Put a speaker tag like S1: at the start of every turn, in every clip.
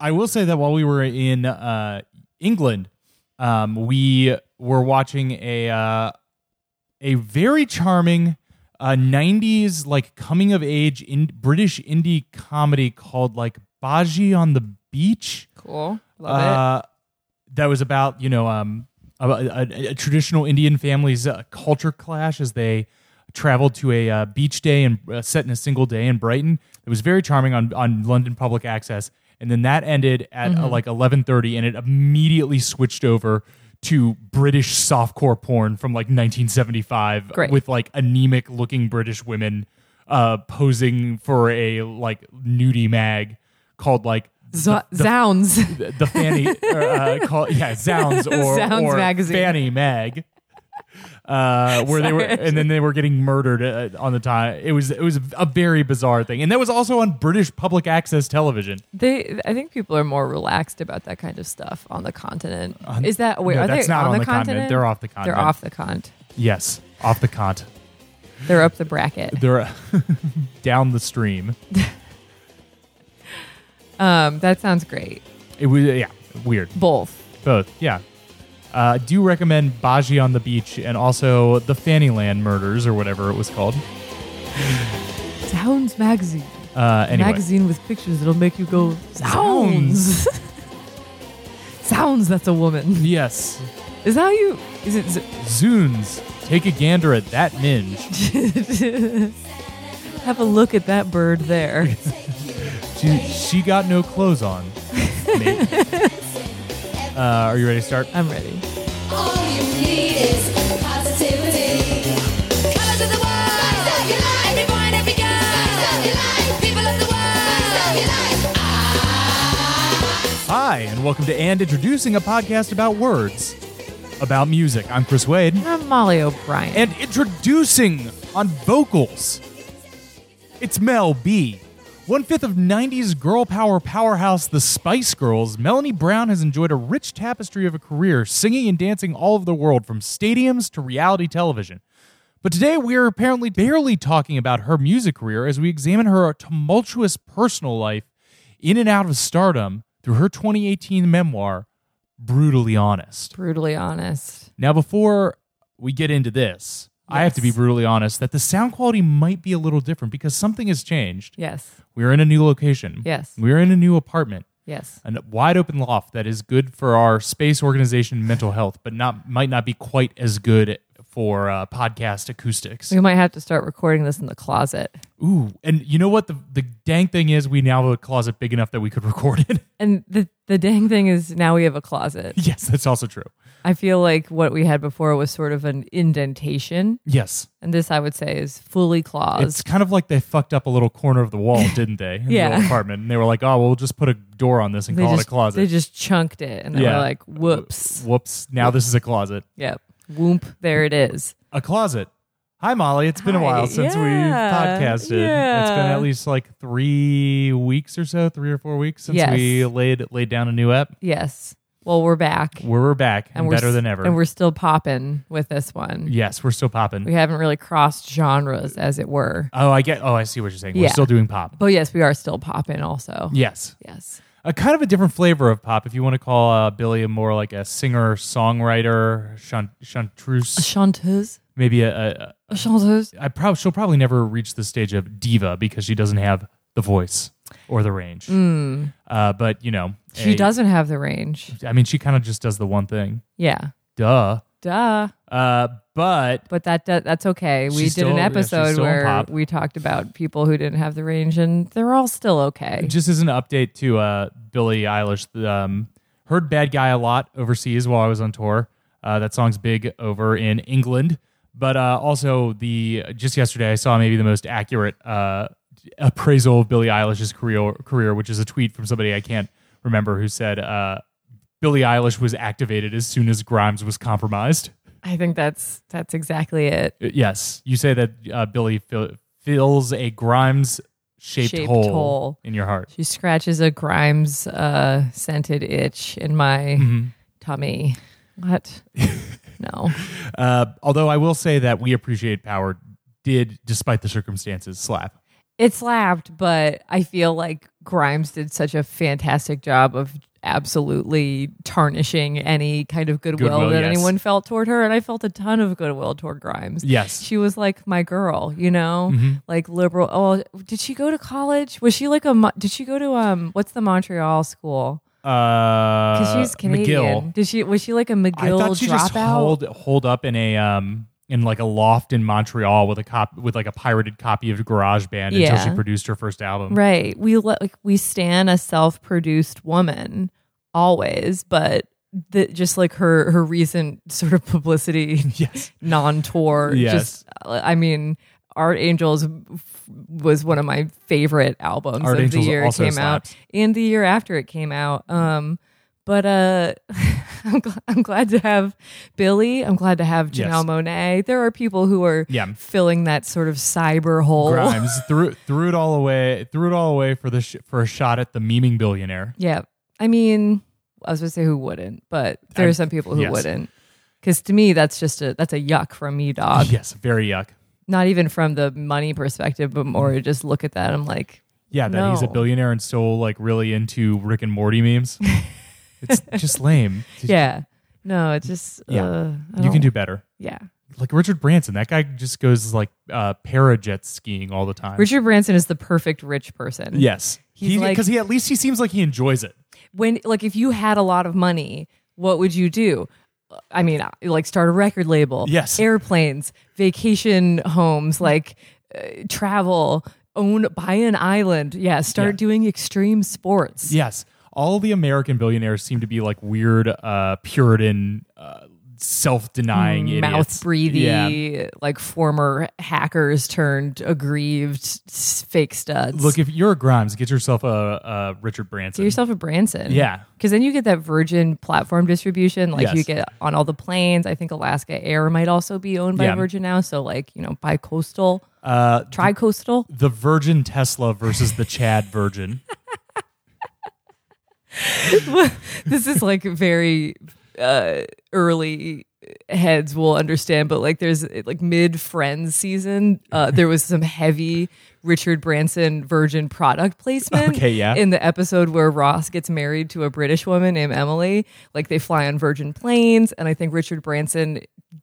S1: I will say that while we were in uh, England, um, we were watching a uh, a very charming uh, '90s like coming of age in British indie comedy called like Baji on the Beach.
S2: Cool. Love it.
S1: Uh, that was about you know um about a, a, a traditional Indian family's uh, culture clash as they traveled to a uh, beach day and uh, set in a single day in Brighton. It was very charming on on London public access, and then that ended at
S2: Mm-hmm.
S1: uh, like eleven thirty, and it immediately switched over to British softcore porn from like nineteen seventy five
S2: Great.
S1: with like anemic looking British women uh posing for a like nudie mag called like
S2: Z- Zounds.
S1: the, the Fanny, or, uh, call, yeah, Zounds or,
S2: Zounds
S1: or
S2: magazine.
S1: Fanny Mag. Uh, where they were,
S2: Sorry.
S1: and then they were getting murdered uh, on the time. It was it was a very bizarre thing, and that was also on British public access television.
S2: They, I think people are more relaxed about that kind of stuff on the continent. Is that wait?
S1: no,
S2: are
S1: that's
S2: they
S1: not
S2: on,
S1: on
S2: the,
S1: the continent.
S2: continent?
S1: They're off the
S2: They're
S1: continent.
S2: off the cont.
S1: Yes, off the cont,
S2: They're up the bracket.
S1: they're uh, down the stream.
S2: Um, that sounds great.
S1: It was yeah, weird.
S2: Both.
S1: Both yeah. Uh, do recommend Baji on the beach and also the Fannyland murders or whatever it was called.
S2: Sounds magazine.
S1: Uh, anyway,
S2: Magazine with pictures that'll make you go
S1: Zounds.
S2: sounds. sounds. That's a woman.
S1: yes,
S2: Is that how you? Is it? Z-
S1: Zunes, take a gander at that minge.
S2: have a look at that bird there.
S1: She, she got no clothes on. mate. uh, are you ready to start?
S2: I'm ready.
S3: All you need is positivity. Come into the world. Spice up your life. Every boy and every girl. Spice up your life. People of the world. Spice up your life.
S1: Hi, and welcome to And Introducing, a podcast about words, about music. I'm Chris Wade.
S2: I'm Molly O'Brien.
S1: And introducing on vocals, it's Mel B. One fifth of 90s girl power powerhouse, the Spice Girls, Melanie Brown has enjoyed a rich tapestry of a career singing and dancing all over the world, from stadiums to reality television. But today we are apparently barely talking about her music career as we examine her tumultuous personal life in and out of stardom through her 2018 memoir, Brutally Honest.
S2: brutally honest.
S1: Now, before we get into this, I have to be
S2: Yes.
S1: brutally honest that the sound quality might be a little different because something has changed.
S2: Yes.
S1: We're in a new location.
S2: Yes.
S1: We're in a new apartment,
S2: Yes.
S1: a wide open loft that is good for our space organization and mental health, but not might not be quite as good for uh, podcast acoustics.
S2: We might have to start recording this in the closet.
S1: Ooh, and you know what? The, the dang thing is, we now have a closet big enough that we could record it.
S2: And the the dang thing is now we have a closet.
S1: yes, that's also true.
S2: I feel like what we had before was sort of an indentation,
S1: Yes.
S2: and this I would say is fully closed.
S1: It's kind of like they fucked up a little corner of the wall, didn't they? In
S2: Yeah.
S1: the old apartment. And they were like, oh, well, we'll just put a door on this and
S2: they
S1: call it
S2: just,
S1: a closet.
S2: They just chunked it, and they
S1: Yeah.
S2: were like, "Whoops,
S1: Whoops. Now this is a closet.
S2: yep, whoop, there it is."
S1: A closet. Hi, Molly. It's been a
S2: Hi.
S1: while since
S2: Yeah.
S1: we podcasted. It's been
S2: Yeah.
S1: at least like three weeks or so, three or four weeks since
S2: Yes.
S1: we laid laid down a new app.
S2: Yes. Well, we're back,
S1: We're back and,
S2: we're
S1: better
S2: s-
S1: than ever.
S2: and we're still popping with this one.
S1: yes, we're still popping.
S2: We haven't really crossed genres, as it were.
S1: Oh, I get. Oh, I see what you're saying. We're
S2: Yeah.
S1: still doing pop.
S2: But yes, we are still popping. Also,
S1: Yes.
S2: yes,
S1: a kind of a different flavor of pop, if you want to call uh, Billy a more like a singer songwriter, chant- chanteuse,
S2: chanteuse,
S1: maybe a. a, a
S2: chanteuse.
S1: I prob- she'll probably never reach the stage of diva because she doesn't have the voice or the range. Uh, but you know,
S2: She
S1: a-
S2: doesn't have the range.
S1: I mean, she kind of just does the one thing.
S2: Yeah.
S1: Duh.
S2: Duh.
S1: Uh, but
S2: But that do- that's okay. We
S1: She's
S2: did
S1: still-
S2: an
S1: yeah, she's
S2: episode
S1: still in
S2: where
S1: pop.
S2: we talked about people who didn't have the range, and they're all still okay.
S1: just as an update to uh, Billie Eilish, um, heard "Bad Guy" a lot overseas while I was on tour. Uh, that song's big over in England, but uh, also the just yesterday I saw maybe the most accurate uh, appraisal of Billie Eilish's career, career, which is a tweet from somebody I can't remember who said uh, Billie Eilish was activated as soon as Grimes was compromised.
S2: I think that's that's exactly it.
S1: Uh, Yes, you say that uh, Billie fill- fills a Grimes shaped
S2: Shaped
S1: hole,
S2: hole.
S1: in your heart.
S2: She scratches a Grimes uh, scented itch in my
S1: Mm-hmm.
S2: tummy. What? no.
S1: Uh, although I will say that we appreciate power did, despite the circumstances, slap.
S2: it slapped, but I feel like Grimes did such a fantastic job of absolutely tarnishing any kind of goodwill,
S1: Goodwill,
S2: that
S1: yes.
S2: anyone felt toward her. And I felt a ton of goodwill toward Grimes.
S1: Yes. Mm-hmm.
S2: She was like my girl, you know, like liberal. Oh, did she go to college? Was she like a, Mo- did she go to, um, what's the Montreal school?
S1: Uh,
S2: Cause she's Canadian.
S1: McGill.
S2: Did she, was she like a McGill
S1: I thought she
S2: dropout?
S1: just holed holed up in a um in like a loft in Montreal with a cop with like a pirated copy of Garage Band until
S2: Yeah.
S1: she produced her first album.
S2: Right. We let like we stand a self-produced woman always, but the, just like her her recent sort of publicity
S1: Yes.
S2: non-tour
S1: Yes.
S2: just uh, I mean Art Angels was one of my favorite albums
S1: Art
S2: of
S1: Angels
S2: the year it
S1: also
S2: came
S1: slaps.
S2: out and the year after it came out. Um but uh I'm, gl- I'm glad to have Billy. I'm glad to have
S1: Yes.
S2: Janelle Monet. There are people who are
S1: Yeah.
S2: filling that sort of cyber hole.
S1: Grimes threw threw it all away threw it all away for the sh- for a shot at the memeing billionaire.
S2: Yeah. I mean, I was going to say who wouldn't, but there
S1: I'm-
S2: are some people who
S1: yes.
S2: wouldn't. Because to me, that's just a that's a yuck from me, dog.
S1: Uh, Yes, very yuck.
S2: Not even from the money perspective, but more
S1: Mm.
S2: just look at that. I'm like,
S1: Yeah, that he's a
S2: No.
S1: billionaire and so like really into Rick and Morty memes. it's just lame.
S2: yeah, no, it's just
S1: Yeah.
S2: Uh, I
S1: you can
S2: don't-
S1: do better.
S2: yeah.
S1: Like Richard Branson, that guy just goes like uh, parajet skiing all the time.
S2: Richard Branson is the perfect rich person.
S1: Yes.
S2: He's
S1: He
S2: like-
S1: because he at least he seems like he enjoys it.
S2: when like if you had a lot of money, what would you do? I mean, uh, like start a record label,
S1: Yes.
S2: airplanes, vacation homes, like uh, travel, own buy an island, yeah, start
S1: Yeah.
S2: doing extreme sports,
S1: Yes. All the American billionaires seem to be like weird uh Puritan uh self-denying idiots.
S2: mouth breathy,
S1: Yeah.
S2: like former hackers turned aggrieved s- fake studs.
S1: Look, if you're a Grimes, get yourself a, a Richard Branson.
S2: Get yourself a Branson.
S1: Yeah.
S2: Because then you get that Virgin platform distribution. Like
S1: Yes.
S2: you get on all the planes. I think Alaska Air might also be owned by
S1: Yeah.
S2: Virgin now. So, like, you know, bi coastal,
S1: uh
S2: tri coastal.
S1: the Virgin Tesla versus the Chad Virgin.
S2: this is like very uh, early heads will understand, but like there's like mid Friends season, uh, there was some heavy Richard Branson Virgin product placement.
S1: Okay, yeah.
S2: In the episode where Ross gets married to a British woman named Emily, like they fly on Virgin planes, and I think Richard Branson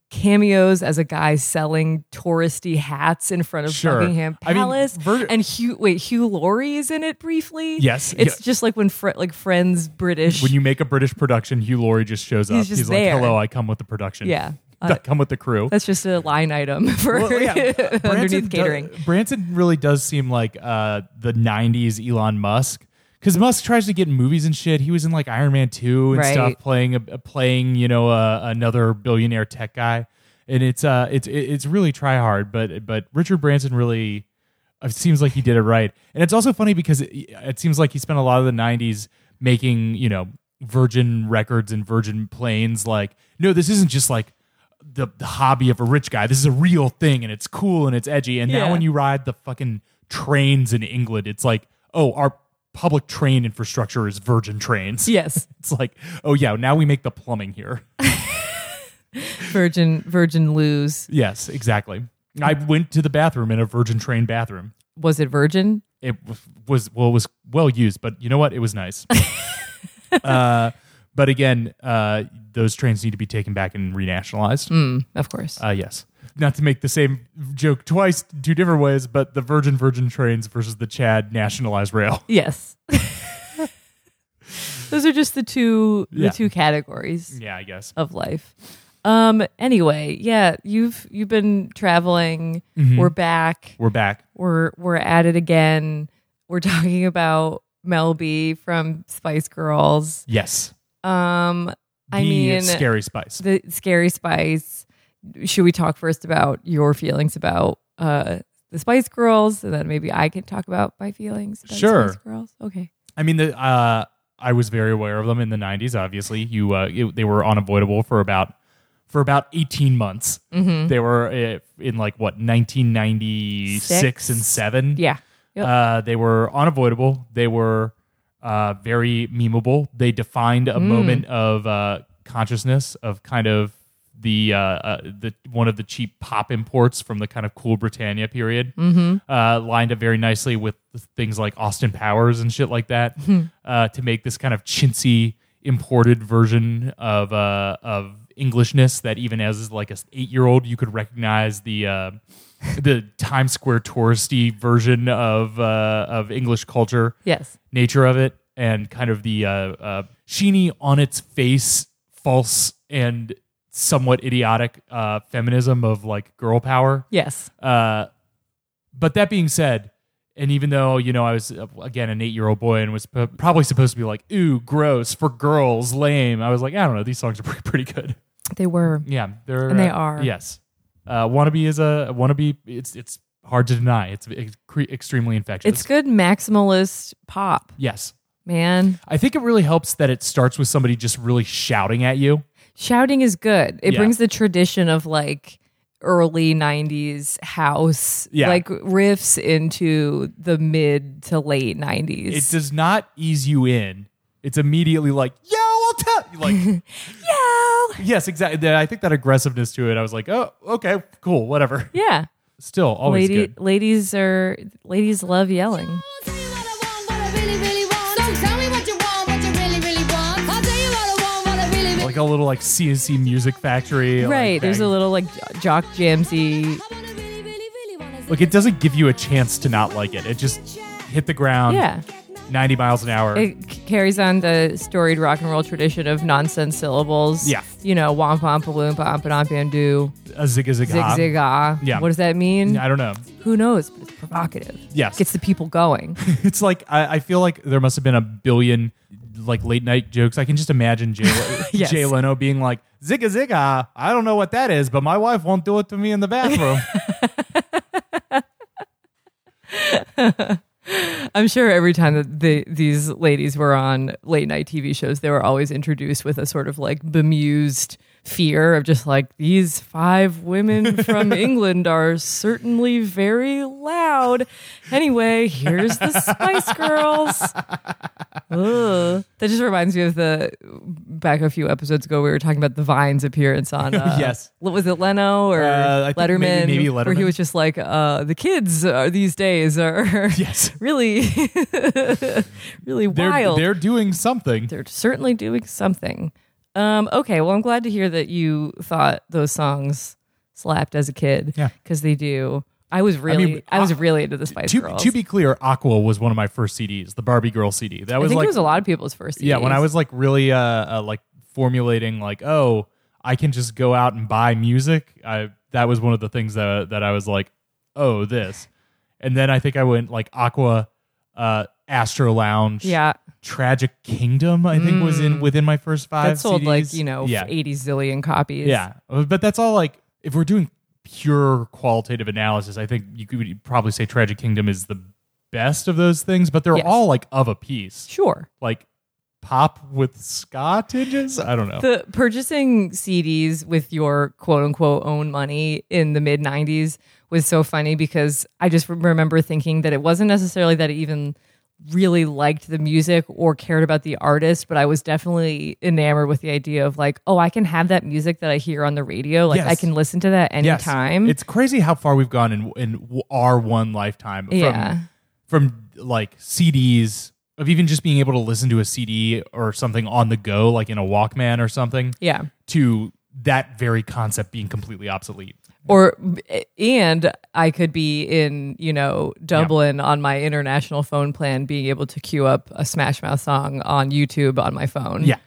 S2: cameos as a guy selling touristy hats in front of
S1: Sure.
S2: Buckingham
S1: I mean,
S2: Palace.
S1: Vir-
S2: and Hugh, wait, Hugh Laurie is in it briefly.
S1: Yes,
S2: it's
S1: yeah.
S2: just like when fr- like Friends British
S1: when you make a British production, Hugh Laurie just shows up.
S2: He's just
S1: like,
S2: there.
S1: "Hello, I come with the production.
S2: Yeah.
S1: I come with the crew."
S2: That's just a line item for
S1: Well, yeah, Branson
S2: underneath
S1: do-
S2: catering.
S1: Branson really does seem like uh, the '90s Elon Musk. Because Musk tries to get in movies and shit. He was in like Iron Man Two and
S2: Right.
S1: stuff, playing a, playing you know uh, another billionaire tech guy, and it's uh it's it- it's really try hard. But but Richard Branson really it seems like he did it right, and it's also funny because it, it seems like he spent a lot of the '90s making you know Virgin records and Virgin planes. Like no, this isn't just like the, the hobby of a rich guy. This is a real thing and it's cool and it's edgy. And now
S2: Yeah.
S1: when you ride the fucking trains in England, it's like, oh, our public train infrastructure is Virgin trains.
S2: Yes,
S1: It's like, oh yeah, now we make the plumbing here.
S2: Virgin Virgin Lou's
S1: yes, exactly. I went to the bathroom in a Virgin train bathroom.
S2: was it Virgin?
S1: It w- was well it was well used, but you know what? It was nice. uh, but again, uh, those trains need to be taken back and renationalized.
S2: Mm, Of course.
S1: Uh, yes. Not to make the same joke twice, two different ways, but the Virgin Virgin trains versus the Chad nationalized rail.
S2: yes. Those are just the two
S1: Yeah.
S2: the two categories
S1: Yeah, I guess.
S2: of life. Um anyway, yeah, you've you've been traveling.
S1: Mm-hmm.
S2: We're back.
S1: We're back.
S2: We're we're at it again. We're talking about Mel B from Spice Girls.
S1: Yes.
S2: Um I
S1: the
S2: mean
S1: scary spice.
S2: the scary spice should we talk first about your feelings about uh the spice girls and then maybe i can talk about my feelings about
S1: Sure.
S2: spice girls okay
S1: I mean, the, uh, I was very aware of them in the '90s. Obviously, you uh, it- they were unavoidable for about for about 18 months. They were uh, in like what 1996
S2: Six.
S1: and seven.
S2: yeah Yep.
S1: Uh, they were unavoidable. They were uh, very memeable. They defined a moment of uh, consciousness of kind of the uh, uh, the one of the cheap pop imports from the kind of cool Britannia period, uh, lined up very nicely with things like Austin Powers and shit like that, uh, to make this kind of chintzy imported version of uh, of Englishness that even as like a eight year old you could recognize the. Uh, the Times Square touristy version of uh, of English culture
S2: Yes.
S1: nature of it and kind of the uh, uh, sheeny on its face, false and somewhat idiotic uh, feminism of like girl power.
S2: Yes.
S1: Uh, but that being said, and even though you know I was uh, again an eight-year-old boy and was p- probably supposed to be like ooh gross for girls lame, I was like I don't know these songs are pretty, pretty good.
S2: They were.
S1: Yeah, they're
S2: And they
S1: uh,
S2: are.
S1: yes. Uh, wannabe is a wannabe. It's it's hard to deny. It's, ex- cre extremely infectious.
S2: It's good maximalist pop,
S1: yes.
S2: man.
S1: I think it really helps that it starts with somebody just really shouting at you.
S2: Shouting is good. It
S1: Yeah.
S2: brings the tradition of like early 90s house
S1: Yeah.
S2: like riffs into the mid to late 90s.
S1: It does not ease you in. It's immediately like, yo, I'll tell you. Like,
S2: yeah.
S1: yes, exactly. That- I think that aggressiveness to it, I was like, oh, okay, cool, whatever.
S2: Yeah.
S1: Still, always
S2: Lady,
S1: good.
S2: ladies are ladies love yelling.
S3: Tell me what I want, what I really, really want. So tell me what you want, what you really, really want. I'll tell you what I want, what I really, really
S1: Like a little like CNC music factory. like,
S2: Right. There's a
S1: bang.
S2: little like jock jamsy.
S3: I wanna really, really, really wanna-
S1: Like, it doesn't give you a chance to not like it. It just hit the ground
S2: Yeah.
S1: 90 miles an hour.
S2: It c- carries on the storied rock and roll tradition of nonsense syllables.
S1: Yeah.
S2: You know, womp womp a loomp omp and omp and do
S1: a zig a zig
S2: zig
S1: hop.
S2: zig ah.
S1: Yeah.
S2: What does that mean?
S1: I don't know.
S2: Who knows? But it's provocative.
S1: Yes.
S2: Gets the people going.
S1: It's like I, I feel like there must have been a billion like late night jokes. I can just imagine Jay,
S2: Yes.
S1: Jay Leno being like "zigga zigga." I don't know what that is, but my wife won't do it to me in the bathroom.
S2: I'm sure every time that the, these ladies were on late night TV shows, they were always introduced with a sort of like bemused fear of just like these five women from England are certainly very loud. Anyway, here's the Spice Girls. Ugh. That just reminds me of the back a few episodes ago we were talking about the Vines appearance on uh,
S1: Yes.
S2: what was it Leno or
S1: Uh, I think
S2: Letterman?
S1: maybe- maybe
S2: where he
S1: Letterman.
S2: was just like uh, the kids are, these days are
S1: yes,
S2: really really
S1: they're
S2: wild
S1: they're
S2: they're,
S1: doing something.
S2: certainly doing something um okay well i'm glad to hear that you thought those songs slapped as a kid
S1: Yeah.
S2: because they do i was really i,
S1: mean,
S2: was
S1: uh,
S2: really into the spice
S1: To,
S2: girls
S1: to be clear, Aqua was one of my first CDs, the Barbie Girl CD. That
S2: i
S1: was
S2: think
S1: like
S2: it was a lot of people's first
S1: yeah, when
S2: CDs.
S1: I was like really uh, uh like formulating like oh I can just go out and buy music. I that was one of the things that that I was like oh this, and then I think I went like Aqua, uh, Astro Lounge,
S2: yeah Mm.
S1: Tragic Kingdom. I think was in within my first five.
S2: that sold
S1: CDs.
S2: like you know
S1: yeah,
S2: 80 zillion copies
S1: yeah, Uh, but that's all like if we're doing pure qualitative analysis, I think you could probably say Tragic Kingdom is the best of those things, but they're
S2: Yes.
S1: all like of a piece
S2: sure
S1: like pop with ska tinges. I don't know.
S2: the purchasing CDs with your quote unquote own money in the mid 90s was so funny because I just remember thinking that it wasn't necessarily that I even really liked the music or cared about the artist, but I was definitely enamored with the idea of like, oh, I can have that music that I hear on the radio. Like,
S1: Yes.
S2: I can listen to that anytime.
S1: It's crazy how far we've gone in in w- our one lifetime. From,
S2: Yeah.
S1: From like CDs of even just being able to listen to a CD or something on the go, like in a Walkman or something,
S2: yeah.
S1: to that very concept being completely obsolete.
S2: or and I could be in you know Dublin on my international phone plan, being able to queue up a Smash Mouth song on YouTube on my phone,
S1: Yeah.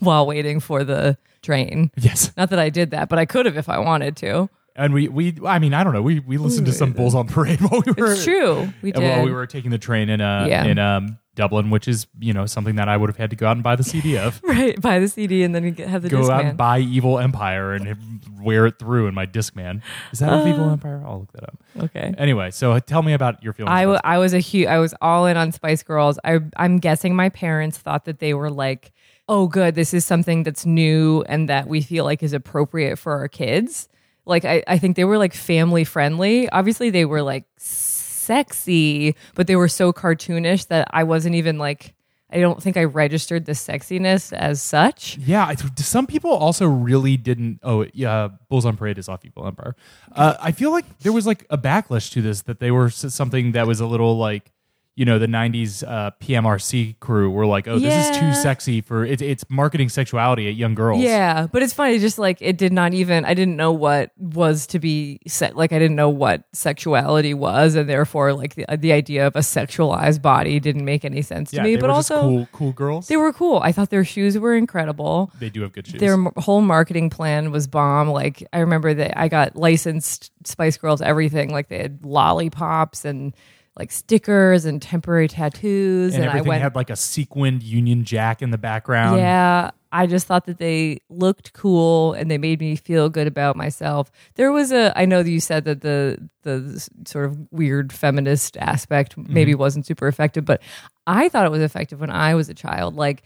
S2: while waiting for the train.
S1: Yes.
S2: Not that I did that, but I could have if I wanted to.
S1: And we we I mean I don't know we we listened to some Bulls on Parade while we were
S2: It's true, we did.
S1: while we were taking the train in uh
S2: Yeah.
S1: in um Dublin, which is you know something that I would have had to go out and buy the CD of.
S2: right, buy the CD and then you get, have the
S1: go
S2: disc
S1: out
S2: man.
S1: and buy Evil Empire and h- wear it through in my Discman. Is that of
S2: Uh,
S1: Evil Empire? I'll look that up.
S2: okay.
S1: Anyway, so tell me about your feelings.
S2: I, w-
S1: about
S2: I was a huge I was all in on Spice Girls. I I'm guessing my parents thought that they were like, "Oh good, this is something that's new and that we feel like is appropriate for our kids." Like I I think they were like family friendly. Obviously they were like sexy, but they were so cartoonish that I wasn't even like I don't think I registered the sexiness as such.
S1: Yeah, I th- some people also really didn't. Oh, yeah, Bulls on Parade is off Evil Empire. Uh, I feel like there was like a backlash to this that they were s- something that was a little like, you know, the '90s uh, PMRC crew were like, "Oh, this is
S2: Yeah.
S1: too sexy for it, it's marketing sexuality at young girls."
S2: Yeah, but it's funny. Just like it did not even. I didn't know what was to be set. Like I didn't know what sexuality was, and therefore, like the the idea of a sexualized body didn't make any sense
S1: yeah,
S2: to me.
S1: they
S2: But
S1: were just
S2: also,
S1: cool, cool girls.
S2: they were cool. I thought their shoes were incredible.
S1: They do have good shoes.
S2: Their m- whole marketing plan was bomb. Like I remember that I got licensed Spice Girls everything. Like they had lollipops and like stickers and temporary tattoos.
S1: and
S2: And, I
S1: everything
S2: went,
S1: had like a sequined Union Jack in the background.
S2: yeah. I just thought that they looked cool and they made me feel good about myself. There was a I know that you said that the the s- sort of weird feminist aspect maybe wasn't super effective, but I thought it was effective when I was a child. Like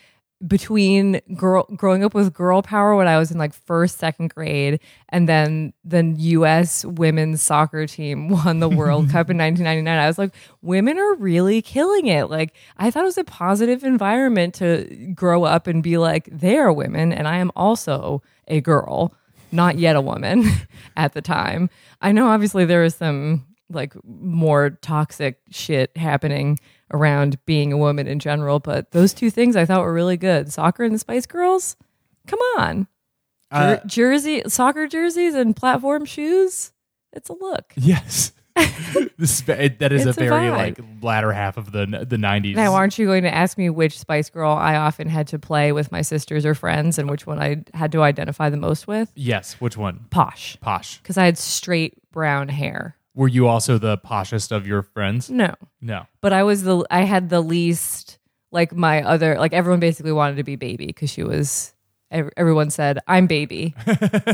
S2: between girl growing up with girl power when I was in like first second grade and then the US women's soccer team won the World Cup in 1999 I was like women are really killing it like I thought it was a positive environment to grow up and be like they are women and I am also a girl not yet a woman at the time I know obviously there was some like more toxic shit happening around being a woman in general. But those two things I thought were really good: soccer and the Spice Girls. Come on, Jer-
S1: Uh,
S2: jersey, soccer jerseys and platform shoes. It's a look.
S1: yes. this is, ve- that is a
S2: It's a
S1: very
S2: vibe.
S1: like latter half of the the '90s.
S2: Now, aren't you going to ask me which Spice Girl I often had to play with my sisters or friends, and which one I had to identify the most with?
S1: yes, which one?
S2: Posh,
S1: Posh.
S2: because I had straight brown hair.
S1: Were you also the poshest of your friends?
S2: No,
S1: No.
S2: but I was the I had the least like my other like everyone basically wanted to be baby because she was ev- everyone said I'm baby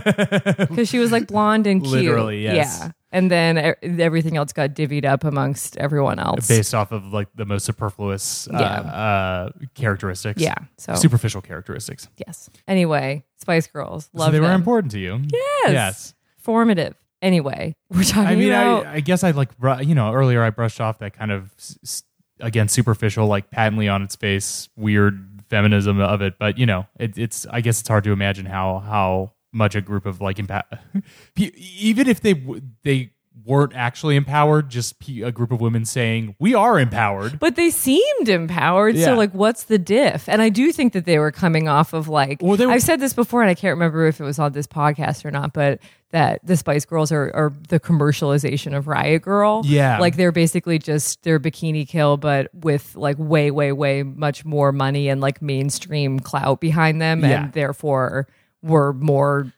S2: because she was like blonde and cute
S1: Literally, yes.
S2: yeah and then e- everything else got divvied up amongst everyone else
S1: Based off of like the most superfluous uh,
S2: Yeah.
S1: uh, characteristics.
S2: yeah so
S1: Superficial characteristics.
S2: yes anyway Spice Girls
S1: so
S2: love
S1: they were
S2: them.
S1: important to you.
S2: Yes.
S1: Yes.
S2: formative anyway we're talking
S1: I mean,
S2: about
S1: I, I guess I like, bru- you know, earlier I brushed off that kind of, s- s- again, superficial, like patently on its face, weird feminism of it. But, you know, it, it's, I guess it's hard to imagine how, how much a group of like, empa- pe- even if they, w- they, weren't actually empowered just pe- a group of women saying we are empowered
S2: but they seemed empowered.
S1: Yeah.
S2: So like, what's the diff? And I do think that they were coming off of like.
S1: Well, they were-
S2: I've said this before, and I can't remember if it was on this podcast or not, but that the Spice Girls are, are the commercialization of Riot Girl.
S1: Yeah.
S2: like they're basically just their bikini kill, but with like way, way, way much more money and like mainstream clout behind them,
S1: Yeah.
S2: and therefore were more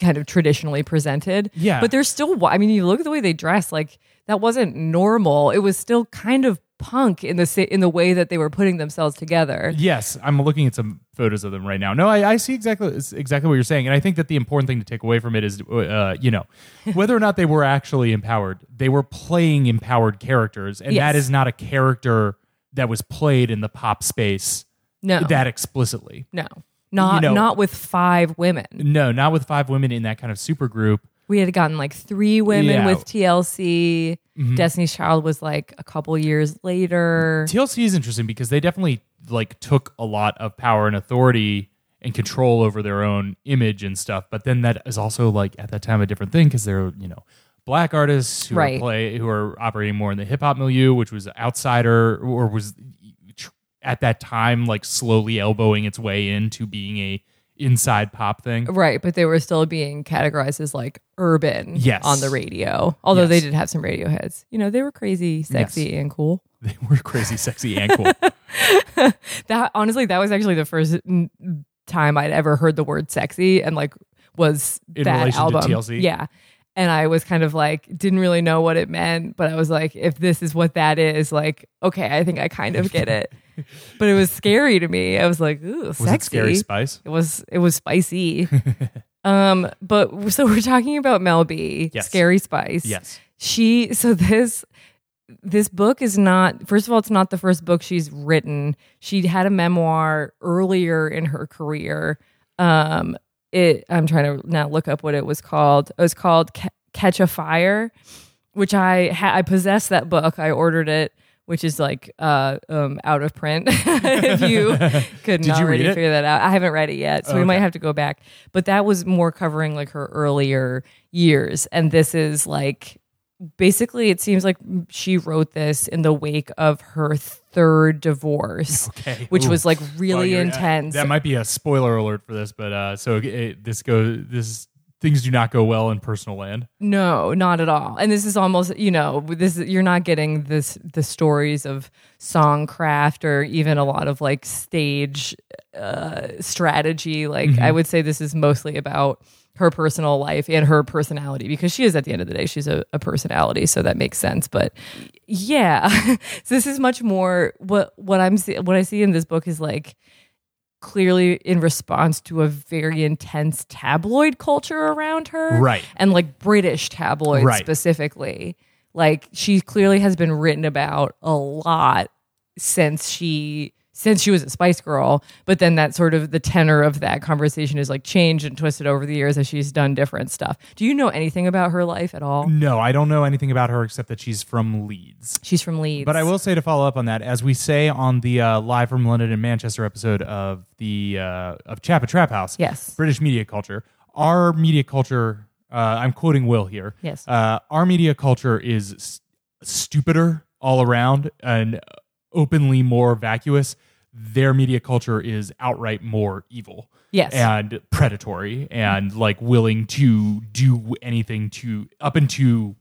S2: kind of traditionally presented.
S1: Yeah.
S2: But they're still, I mean, you look at the way they dress, like that wasn't normal. It was still kind of punk in the, sa- in the way that they were putting themselves together.
S1: Yes, I'm looking at some photos of them right now. No, I, I see exactly it's exactly what you're saying, and I think that the important thing to take away from it is, uh, you know, whether or not they were actually empowered, they were playing empowered characters, and that
S2: Yes.
S1: is not a character that was played in the pop space
S2: No.
S1: that explicitly.
S2: no. Not,
S1: You know-
S2: not with five women.
S1: No, not with five women in that kind of super group.
S2: We had gotten like three women
S1: Yeah. Mm-hmm.
S2: with TLC. Destiny's Child was like a couple years later.
S1: TLC is interesting because they definitely like took a lot of power and authority and control over their own image and stuff. But then that is also like at that time a different thing because they're you know black artists who are
S2: Right.
S1: play who are operating more in the hip hop milieu, which was outsider or was tr- at that time like slowly elbowing its way into being a inside pop thing.
S2: Right, but they were still being categorized as like urban
S1: Yes.
S2: on the radio. Although they
S1: Yes.
S2: did have some radio hits. You know, they were crazy, sexy, and cool.
S1: They were crazy, sexy, and cool.
S2: that honestly that was actually the first mm, time I'd ever heard the word sexy and like was
S1: In
S2: that
S1: relation to
S2: album.
S1: TLC?
S2: Yeah. And I was kind of like didn't really know what it meant, but I was like if this is what that is, like okay, I think I kind of get it. but it was scary to me. I was like, ooh,
S1: Was
S2: sexy.
S1: it scary spice?
S2: It was it was spicy. um, but so we're talking about Mel B,
S1: Yes.
S2: Scary Spice.
S1: Yes.
S2: She so this this book is not first of all it's not the first book she's written. She had a memoir earlier in her career. Um it I'm trying to now look up what it was called. It was called Ca- Catch a Fire, which I ha- I possessed that book. I ordered it which is like uh, um, out of print. if you couldn't
S1: Did you
S2: already
S1: read it?
S2: figure that out, I haven't read it yet, so we might
S1: okay.
S2: have to go back. But that was more covering like her earlier years, and this is like basically it seems like she wrote this in the wake of her third divorce,
S1: Okay.
S2: which
S1: Ooh.
S2: was like
S1: Well,
S2: really
S1: you're- uh,
S2: intense.
S1: that might be a spoiler alert for this, but uh, so it, this goes this things do not go well in personal land.
S2: No, not at all. And this is almost, you know, this you're not getting this the stories of songcraft or even a lot of like stage uh, strategy. Like I would say, this is mostly about her personal life and her personality because she is at the end of the day she's a, a personality, so that makes sense. But yeah, so this is much more what what I'm see, what I see in this book is like clearly in response to a very intense tabloid culture around her
S1: Right.
S2: and like british tabloids
S1: Right.
S2: specifically like she clearly has been written about a lot since she since she was a spice girl but then that sort of the tenor of that conversation is like changed and twisted over the years as she's done different stuff do you know anything about her life at all
S1: No, I don't know anything about her except that she's from Leeds.
S2: she's from leeds
S1: But I will say to follow up on that, as we say on the uh, live from London and Manchester episode of the uh, of Chappa Trap House,
S2: Yes.
S1: British media culture, our media culture. Uh, I'm quoting Will here.
S2: Yes.
S1: uh, our media culture is s- stupider all around and openly more vacuous. Their media culture is outright more evil.
S2: Yes.
S1: and predatory and like willing to do anything to up into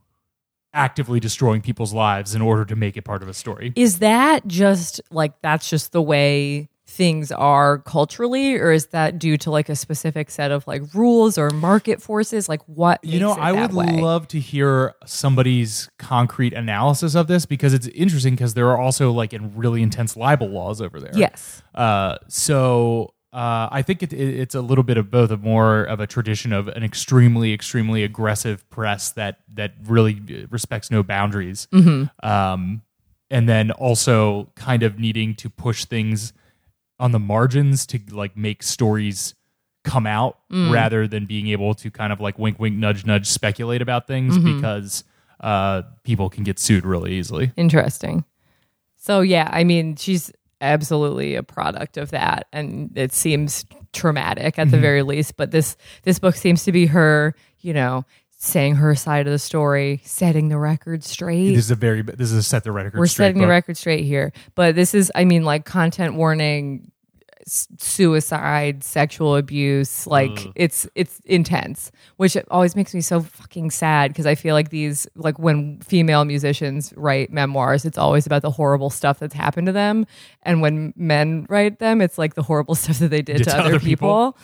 S1: actively destroying people's lives in order to make it part of a story.
S2: Is that just like that's just the way things are culturally, or is that due to like a specific set of like rules or market forces? Like what
S1: you know,
S2: makes it
S1: I
S2: that
S1: would
S2: way?
S1: love to hear somebody's concrete analysis of this because it's interesting because there are also like in really intense libel laws over there.
S2: Yes.
S1: Uh, so uh, I think it, it, it's a little bit of both, of more of a tradition of an extremely, extremely aggressive press that that really uh, respects no boundaries,
S2: Mm-hmm.
S1: um, and then also kind of needing to push things on the margins to like make stories come out
S2: Mm.
S1: rather than being able to kind of like wink, wink, nudge, nudge, speculate about things
S2: Mm-hmm.
S1: because uh, people can get sued really easily.
S2: Interesting. So yeah, I mean, she's absolutely a product of that, and it seems traumatic at the very least. But this this book seems to be her, you know, saying her side of the story, setting the record straight.
S1: This is a very this is a set the record.
S2: we're
S1: straight
S2: setting the
S1: book.
S2: record straight here but this is i mean like content warning s- suicide sexual abuse like it's it's intense which always makes me so fucking sad because i feel like these like when female musicians write memoirs it's always about the horrible stuff that's happened to them and when men write them it's like the horrible stuff that they did, to, other, people.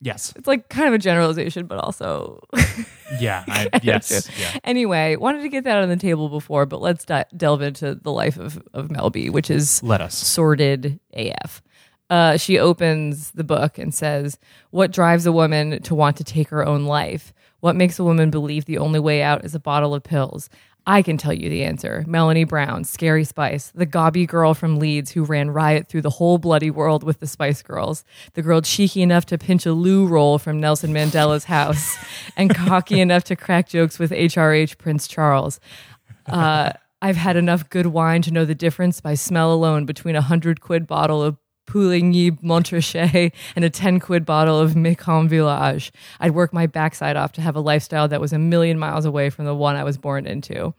S1: Yes.
S2: it's like kind of a generalization but also
S1: Yeah. I, yes. Yeah.
S2: anyway wanted to get that on the table before but let's di- delve into the life of, of mel b which is
S1: Let us.
S2: sordid AF. Uh, she opens the book and says, What drives a woman to want to take her own life? What makes a woman believe the only way out is a bottle of pills? I can tell you the answer. Melanie Brown, Scary Spice, the gobby girl from Leeds who ran riot through the whole bloody world with the Spice Girls, the girl cheeky enough to pinch a loo roll from Nelson Mandela's house, and cocky enough to crack jokes with HRH Prince Charles. Uh, I've had enough good wine to know the difference by smell alone between a hundred quid bottle of Pouligny Montrachet and a 10 quid bottle of Mekong Village. I'd work my backside off to have a lifestyle that was a million miles away from the one I was born into.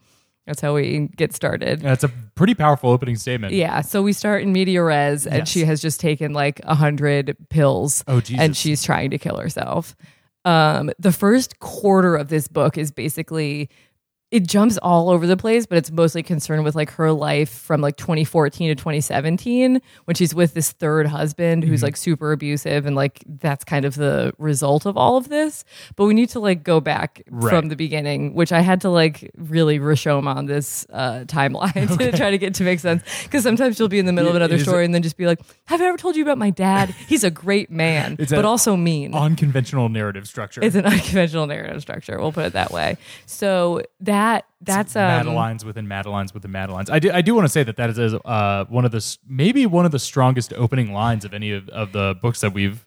S2: That's how we get started.
S1: That's a pretty powerful opening statement.
S2: Yeah, so we start in media res, and
S1: Yes.
S2: she has just taken like a hundred pills.
S1: Oh, Jesus.
S2: And she's trying to kill herself. Um, the first quarter of this book is basically it jumps all over the place, but it's mostly concerned with like her life from like 2014 to 2017 when she's with this third husband
S1: Mm-hmm.
S2: who's like super abusive, and like that's kind of the result of all of this. But we need to like go back
S1: Right.
S2: from the beginning, which I had to like really reshome on this uh, timeline to try to get to make sense. Because sometimes you'll be in the middle of
S1: Yeah,
S2: another
S1: it is-
S2: story and then just be like, "Have I ever told you about my dad? He's a great man,
S1: It's
S2: but
S1: a-
S2: also mean."
S1: Unconventional narrative structure.
S2: It's an unconventional narrative structure. We'll put it that way. So that that's um,
S1: Madeline's within Madeline's within Madeline's. I do, I do want to say that that is uh, one of the s- maybe one of the strongest opening lines of any of, of the books that we've that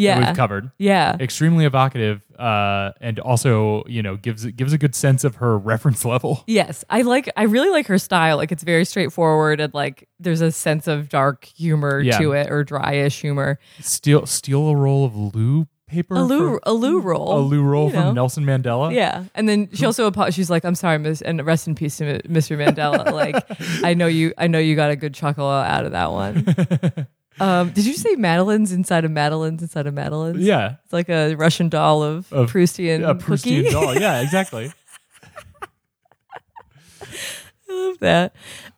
S2: Yeah.
S1: we've covered.
S2: Yeah.
S1: Extremely evocative, uh, and also you know gives gives a good sense of her reference level.
S2: Yes, I like. I really like her style. Like it's very straightforward, and like there's a sense of dark humor
S1: Yeah.
S2: to it, or dryish humor.
S1: Steal steal a roll of loo paper.
S2: A loo,
S1: from-
S2: a loo roll,
S1: a loo roll
S2: you
S1: from
S2: know?
S1: Nelson Mandela.
S2: Yeah, and then she also apo- she's like, "I'm sorry, Miss," and rest in peace to Mi- Mr. Mandela. like, I know you, I know you got a good chuckle out of that one. Um, did you say Madeline's inside of Madeline's inside of Madeline's?
S1: yeah,
S2: it's like a Russian doll of,
S1: Of-
S2: Proustian
S1: a Proustian
S2: cookie.
S1: doll. Yeah, exactly.
S2: love that.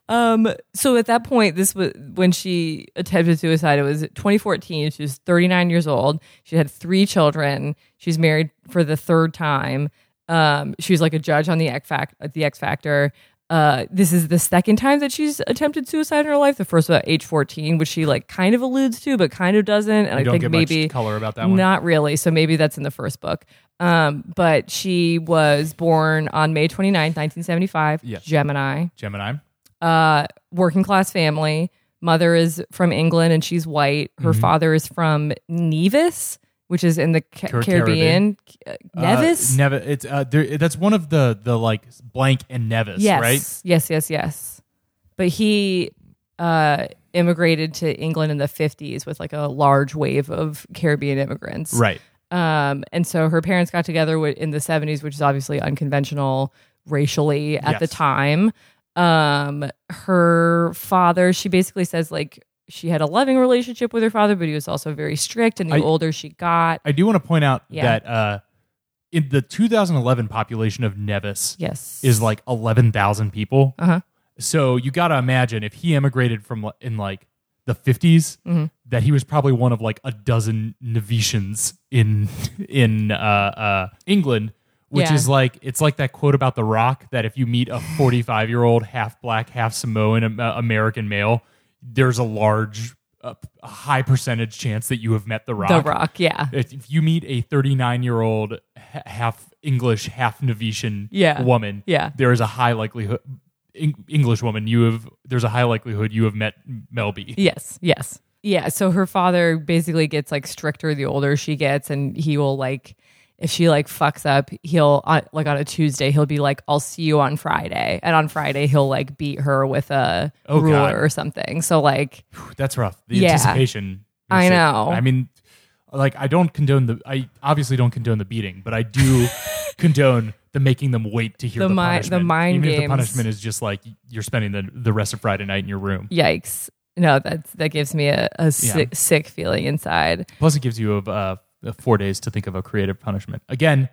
S2: Um, so at that point, this was when she attempted suicide. It was 2014. She was 39 years old. She had three children. She's married for the third time. Um, she was like a judge on the X Fact, at the X Factor. Uh, this is the second time that she's attempted suicide in her life. The first one at age 14, which she like kind of alludes to, but kind of doesn't. And I
S1: You don't
S2: think
S1: get
S2: maybe
S1: much color about that one.
S2: not really. So maybe that's in the first book. Um, but she was born on May 29th, 1975,
S1: Yes.
S2: Gemini,
S1: Gemini.
S2: uh, working class family. Mother is from England and she's white. Her
S1: Mm-hmm.
S2: father is from Nevis, which is in the Ca-
S1: Car-
S2: Caribbean. Uh, Nevis?
S1: Uh, Nevis. It's uh, there, that's one of the the like blank and Nevis,
S2: yes.
S1: right?
S2: Yes, yes, yes. But he uh, immigrated to England in the 50s with like a large wave of Caribbean immigrants.
S1: Right.
S2: Um, and so her parents got together wi- in the 70s, which is obviously unconventional racially at the
S1: Yes.
S2: time. Um, her father, she basically says, like, she had a loving relationship with her father, but he was also very strict. And the
S1: I-
S2: older she got,
S1: I do want to point out
S2: Yeah.
S1: that uh, in the 2011 population of Nevis
S2: yes,
S1: is like 11,000 people.
S2: Uh-huh.
S1: So you got to imagine if he immigrated from li- in like the 50s
S2: Mm-hmm.
S1: that he was probably one of like a dozen Nevisians in in uh, uh, England. Which
S2: Yeah.
S1: is like it's like that quote about The Rock that if you meet a forty-five year old half black, half Samoan um, uh, American male, there's a large, uh, a high percentage chance that you have met
S2: the rock. Yeah.
S1: if, if you meet a 39 year old half English, half Novitian
S2: Yeah.
S1: woman,
S2: Yeah.
S1: there is a high likelihood Eng- English woman you have there's a high likelihood you have met Melby.
S2: Yes, yes. Yeah, so her father basically gets like stricter the older she gets and he will like if she like fucks up, he'll on, like on a Tuesday, he'll be like I'll see you on Friday. And on Friday he'll like beat her with a
S1: Oh,
S2: ruler
S1: God.
S2: or something. So like
S1: That's rough. The
S2: Yeah.
S1: anticipation. makes
S2: I
S1: it-
S2: know.
S1: I mean, like I don't condone the I obviously don't condone the beating, but I do condone the making them wait to hear
S2: The
S1: the,
S2: mi- the
S1: punishment.
S2: mind
S1: Even if the
S2: games.
S1: punishment is just like you're spending the the rest of Friday night in your room.
S2: yikes. No, that that gives me a, a sick, sick feeling inside.
S1: Plus, it gives you of uh, four days to think of a creative punishment. Again,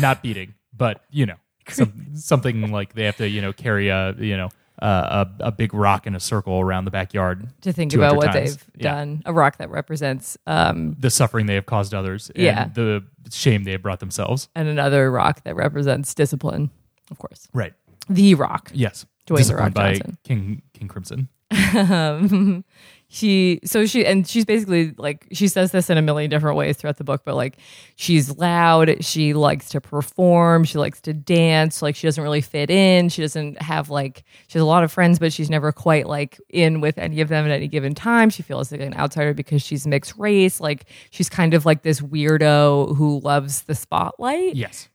S1: not beating, but you know, some, something like they have to you know carry a you know uh, a a big rock in a circle around the backyard
S2: To think
S1: 200
S2: about what
S1: times.
S2: they've
S1: Yeah.
S2: done, a rock that represents um,
S1: the suffering they have caused others, and
S2: Yeah.
S1: the shame they have brought themselves.
S2: and another rock that represents discipline, of course.
S1: Right.
S2: The rock.
S1: Yes.
S2: Dwayne The
S1: Disciplined
S2: Rock
S1: by
S2: Johnson.
S1: King King Crimson.
S2: um, she so she and she's basically like she says this in a million different ways throughout the book but like she's loud she likes to perform she likes to dance like she doesn't really fit in she doesn't have like she has a lot of friends but she's never quite like in with any of them at any given time she feels like an outsider because she's mixed race like she's kind of like this weirdo who loves the spotlight
S1: Yes.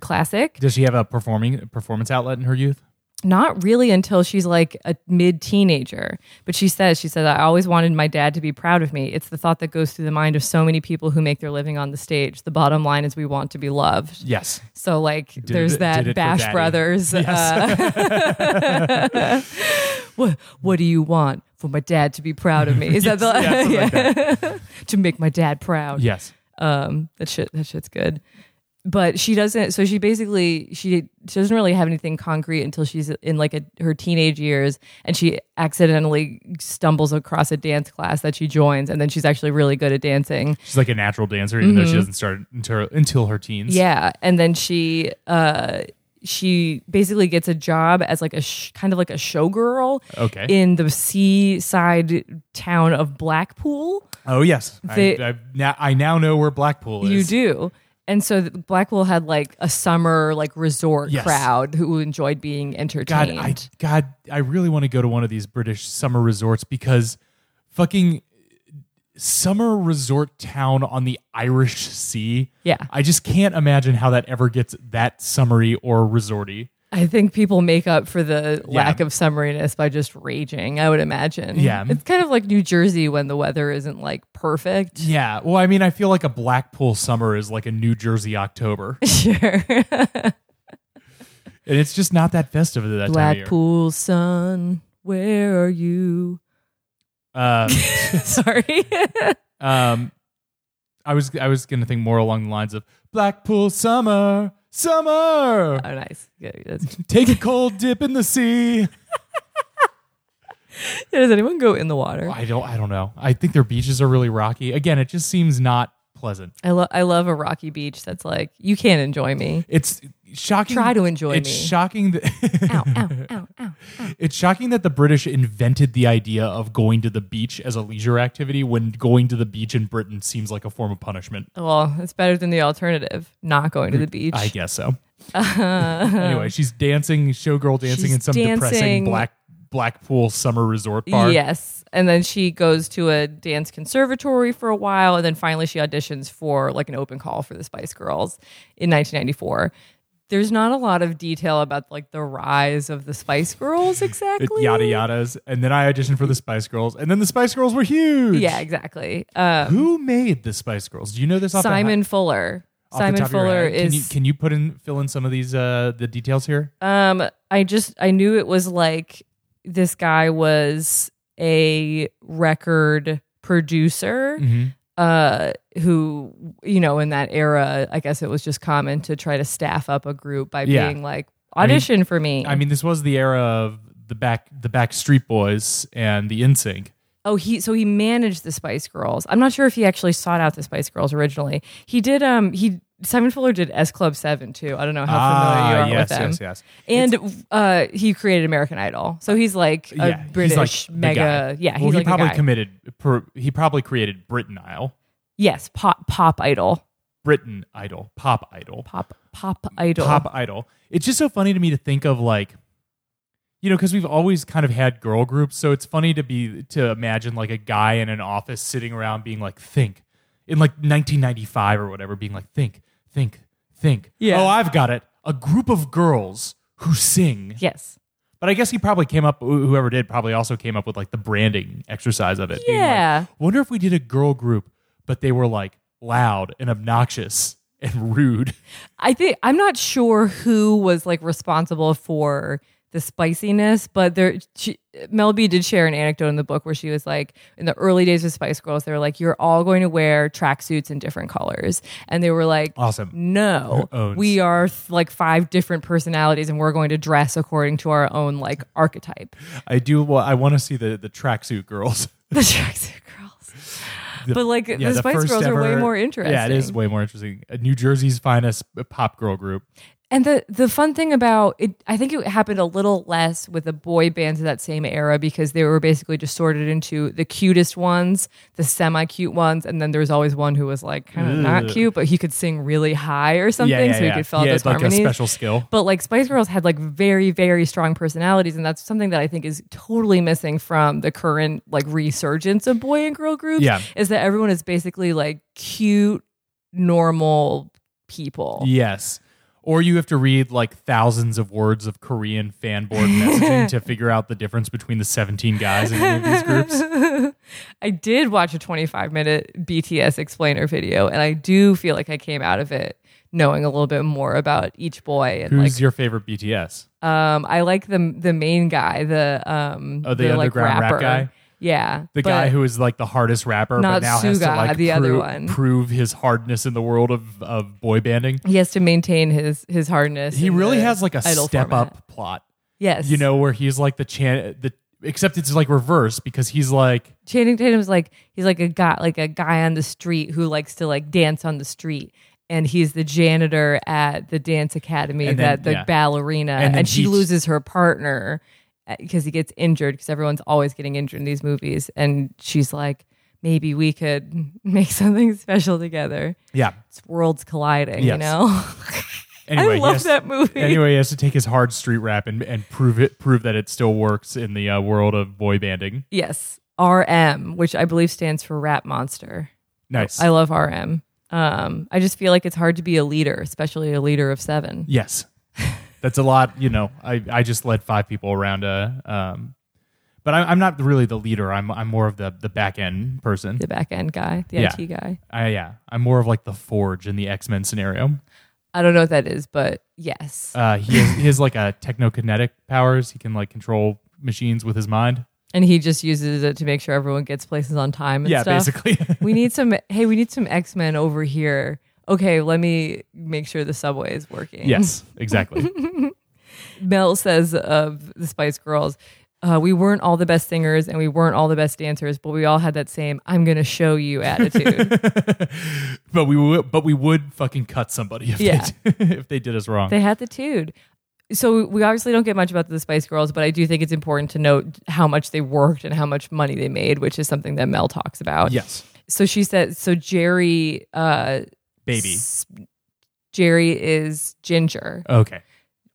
S2: classic
S1: Does she have a performing performance outlet in her youth?
S2: not really until she's like a mid teenager. But she says, she said, I always wanted my dad to be proud of me. It's the thought that goes through the mind of so many people who make their living on the stage. The bottom line is we want to be loved.
S1: Yes.
S2: So like there's
S1: it- did it for
S2: that Bash
S1: daddy.
S2: Brothers. uh, what what do you want for my dad to be proud of me? Is that the
S1: yeah, something like
S2: to make my dad proud?
S1: Yes.
S2: Um, that shit, that shit's good. But she doesn't. So she basically she she doesn't really have anything concrete until she's in like a, her teenage years, and she accidentally stumbles across a dance class that she joins, and then she's actually really good at dancing.
S1: She's like a natural dancer, even though she doesn't start until until her teens.
S2: Mm-hmm. Yeah, and then she uh she basically gets a job as like a sh- kind of like a showgirl
S1: Okay.
S2: in the seaside town of Blackpool.
S1: Oh yes,
S2: They-
S1: I, I now I now know where Blackpool
S2: You
S1: is.
S2: do. And so th- Blackpool had like a summer like resort
S1: Yes.
S2: crowd who enjoyed being entertained.
S1: God, I God, I really want to go to one of these British summer resorts because fucking summer resort town on the Irish Sea.
S2: Yeah.
S1: I just can't imagine how that ever gets that summery or resorty.
S2: I think people make up for the
S1: Yeah.
S2: lack of summariness by just raging, I would imagine.
S1: Yeah.
S2: It's kind of like New Jersey when the weather isn't like perfect.
S1: Yeah. Well, I mean, I feel like a Blackpool summer is like a New Jersey October,
S2: Sure.
S1: and it's just not that festive at that time
S2: Blackpool sun, where are you?
S1: of year. Um,
S2: Sorry.
S1: Um, I was I was gonna think more along the lines of Blackpool summer, summer.
S2: oh, nice. Good. That's-
S1: Take a cold dip in the sea.
S2: Does anyone go in the water?
S1: I don't I don't know. I think their beaches are really rocky. Again, it just seems not pleasant.
S2: I love I love a rocky beach that's like you can't enjoy me.
S1: It's shocking.
S2: Try to enjoy
S1: It's
S2: me.
S1: shocking that
S2: Ow, ow, ow, ow.
S1: it's shocking that the British invented the idea of going to the beach as a leisure activity when going to the beach in Britain seems like a form of punishment.
S2: Well, it's better than the alternative, not going to the beach.
S1: I guess so. anyway, she's dancing, showgirl dancing
S2: She's
S1: in some depressing
S2: dancing-
S1: black Blackpool summer resort bar.
S2: Yes. And then she goes to a dance conservatory for a while. And then finally she auditions for like an open call for the Spice Girls in 1994. There's not a lot of detail about like the rise of the Spice Girls
S1: It-
S2: exactly.
S1: yada yadas. And then I auditioned for the Spice Girls, and then the Spice Girls were huge.
S2: Yeah, exactly. Um,
S1: Who made the Spice Girls? Do you know this off the
S2: Simon
S1: ha-
S2: Fuller.
S1: off the
S2: Simon
S1: top of your
S2: Fuller
S1: head? Can
S2: is.
S1: you, can you put in fill in some of these uh the details here?
S2: Um, I just I knew it was like this guy was a record producer.
S1: Mm-hmm.
S2: Uh, who you know in that era, I guess it was just common to try to staff up a group by
S1: Yeah.
S2: being like
S1: mean-
S2: audition for me.
S1: I mean, this was the era of the back the back Street Boys and the InSync.
S2: oh, he so he managed the Spice Girls. I'm not sure if he actually sought out the Spice Girls originally. He did. Um, he Simon Fuller did S Club Seven too. I don't know how familiar you are
S1: Ah, yes,
S2: with them.
S1: yes, yes.
S2: And uh, he created American Idol, so he's like a
S1: yeah,
S2: British
S1: he's like the
S2: mega.
S1: guy.
S2: Yeah, he's
S1: well, he
S2: like the
S1: probably
S2: guy.
S1: committed. Per, he probably created Britain Idol,
S2: yes, pop pop idol,
S1: Britain Idol, Pop Idol,
S2: pop pop idol.
S1: Pop Idol. It's just so funny to me to think of like, you know, because we've always kind of had girl groups, so it's funny to be to imagine like a guy in an office sitting around being like, think, in like 1995 or whatever, being like, think, think, think.
S2: Yeah.
S1: Oh, I've got it. A group of girls who sing.
S2: Yes.
S1: But I guess he probably came up. wh- Whoever did probably also came up with like the branding exercise of it. being like,
S2: Yeah.
S1: Wonder if we did a girl group, but they were like loud and obnoxious and rude.
S2: I think I'm not sure who was like responsible for the spiciness, but there she, Mel B did share an anecdote in the book where she was like, in the early days of Spice Girls, they were like, "You're all going to wear tracksuits in different colors," and they were like,
S1: Awesome.
S2: No,
S1: Who owns?
S2: we are th- like five different personalities, and we're going to dress according to our own like archetype.
S1: I do. Well, I want to see the the tracksuit girls.
S2: The Tracksuit Girls, but like
S1: Yeah,
S2: the Spice
S1: first
S2: Girls are way
S1: ever-
S2: more interesting.
S1: Yeah, it is way more interesting. Uh, New Jersey's finest uh, pop girl group.
S2: And the the fun thing about it, I think it happened a little less with the boy bands of that same era because they were basically just sorted into the cutest ones, the semi cute ones, and then there was always one who was like kind of not
S1: Ugh.
S2: cute, but he could sing really high or something,
S1: yeah, yeah,
S2: so he
S1: yeah.
S2: could fill out
S1: Yeah,
S2: those
S1: like
S2: harmonies.
S1: a special skill.
S2: But like Spice Girls had like very, very strong personalities, and that's something that I think is totally missing from the current like resurgence of boy and girl groups.
S1: Yeah.
S2: Is that everyone is basically like cute, normal people.
S1: Yes. Or you have to read like thousands of words of Korean fanboard messaging to figure out the difference between the 17 guys in any of these groups.
S2: I did watch a 25 minute BTS explainer video, and I do feel like I came out of it knowing a little bit more about each boy and
S1: Who's
S2: like
S1: your favorite BTS?
S2: um I like the the main guy, the um
S1: Oh, the
S2: like,
S1: underground rap
S2: rapper.
S1: guy?
S2: Yeah.
S1: The
S2: but-
S1: guy who is like the hardest rapper, but
S2: Not
S1: now has to
S2: Suga,
S1: like
S2: the other
S1: pro-
S2: one.
S1: prove his hardness in the world of, of boy banding.
S2: he has to maintain his his hardness.
S1: He
S2: in
S1: really
S2: the
S1: has like a
S2: idol
S1: step
S2: format.
S1: up plot,
S2: Yes.
S1: you know, where he's like the chan the except it's like reverse because he's like
S2: Channing Tatum's like he's like a guy like a guy on the street who likes to like dance on the street. And he's the janitor at the dance academy
S1: And then-
S2: that the
S1: yeah.
S2: ballerina,
S1: And
S2: and,
S1: then
S2: she
S1: he-
S2: loses her partner because he gets injured. Because everyone's always getting injured in these movies, and she's like, "Maybe we could make something special together."
S1: yeah.
S2: It's worlds colliding, you
S1: Yes.
S2: know.
S1: Anyway,
S2: I
S1: he
S2: love
S1: has-
S2: that movie.
S1: Anyway, he has to take his hard street rap and, and prove it prove that it still works in the uh, world of boy banding.
S2: Yes. RM, which I believe stands for Rap Monster.
S1: Nice.
S2: I love RM. Um, I just feel like it's hard to be a leader, especially a leader of seven.
S1: yes. That's a lot. You know, I, I just led five people around. Uh, um, but I, I'm not really the leader. I'm, I'm more of the, the back end person.
S2: The back end guy, the
S1: Yeah.
S2: IT guy.
S1: I, yeah. I'm more of like the Forge in the X Men scenario.
S2: I don't know what that is, but yes.
S1: Uh, he, has, he has like a technokinetic powers. He can like control machines with his mind.
S2: and he just uses it to make sure everyone gets places on time and
S1: yeah,
S2: stuff.
S1: basically.
S2: we need some. Hey, we need some X Men over here. Okay, let me make sure the subway is working.
S1: yes, exactly.
S2: Mel says of the Spice Girls, uh, we weren't all the best singers and we weren't all the best dancers, but we all had that same "I'm gonna show you" attitude.
S1: but we would, but we would fucking cut somebody if
S2: Yeah.
S1: they did, if they did us wrong.
S2: they had the tude. So we obviously don't get much about the Spice Girls, but I do think it's important to note how much they worked and how much money they made, which is something that Mel talks about.
S1: yes,
S2: So she said, so Jerry, uh,
S1: baby.
S2: s- Jerry is Ginger.
S1: Okay.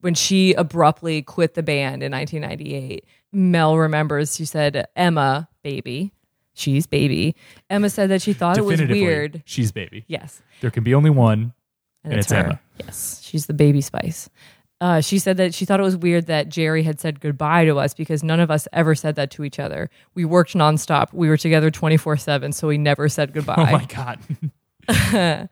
S2: when she abruptly quit the band in 1998, Mel remembers she said, Emma, baby, she's baby. Emma said that she thought Oh, it was
S1: Definitively,
S2: weird.
S1: She's baby.
S2: Yes.
S1: There can be only one. And
S2: And, it's,
S1: it's
S2: her.
S1: Emma.
S2: Yes. She's the baby spice. Uh, she said that she thought it was weird that Jerry had said goodbye to us because none of us ever said that to each other. We worked nonstop. We were together 24 7, so we never said goodbye.
S1: Oh my god.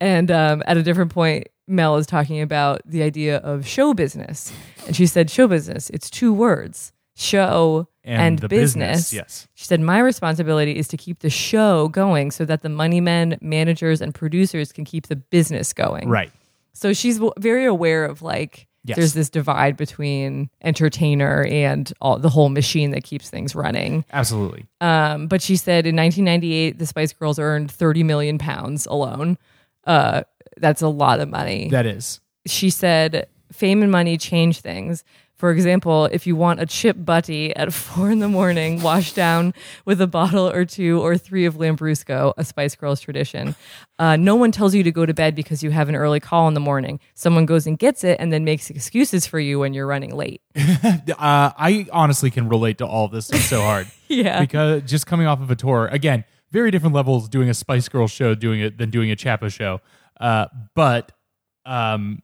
S2: And um, at a different point, Mel is talking about the idea of show business. And she said, show business, it's two words show and, business.
S1: Yes.
S2: She said, My responsibility is to keep the show going so that the money men, managers, and producers can keep the business going.
S1: Right.
S2: So she's w- very aware of like,
S1: Yes.
S2: there's this divide between entertainer and all, the whole machine that keeps things running.
S1: Absolutely.
S2: Um, but she said in 1998, the Spice Girls earned 30 million pounds alone. Uh, that's a lot of money.
S1: That is.
S2: she said, fame and money change things. For example, if you want a chip butty at four in the morning, washed down with a bottle or two or three of Lambrusco, a Spice Girls tradition, uh, no one tells you to go to bed because you have an early call in the morning. Someone goes and gets it and then makes excuses for you when you're running late.
S1: Uh, I honestly can relate to all of this so hard.
S2: Yeah.
S1: Because just coming off of a tour, again, very different levels doing a Spice Girl show doing it than doing a Chapo show. Uh, but um,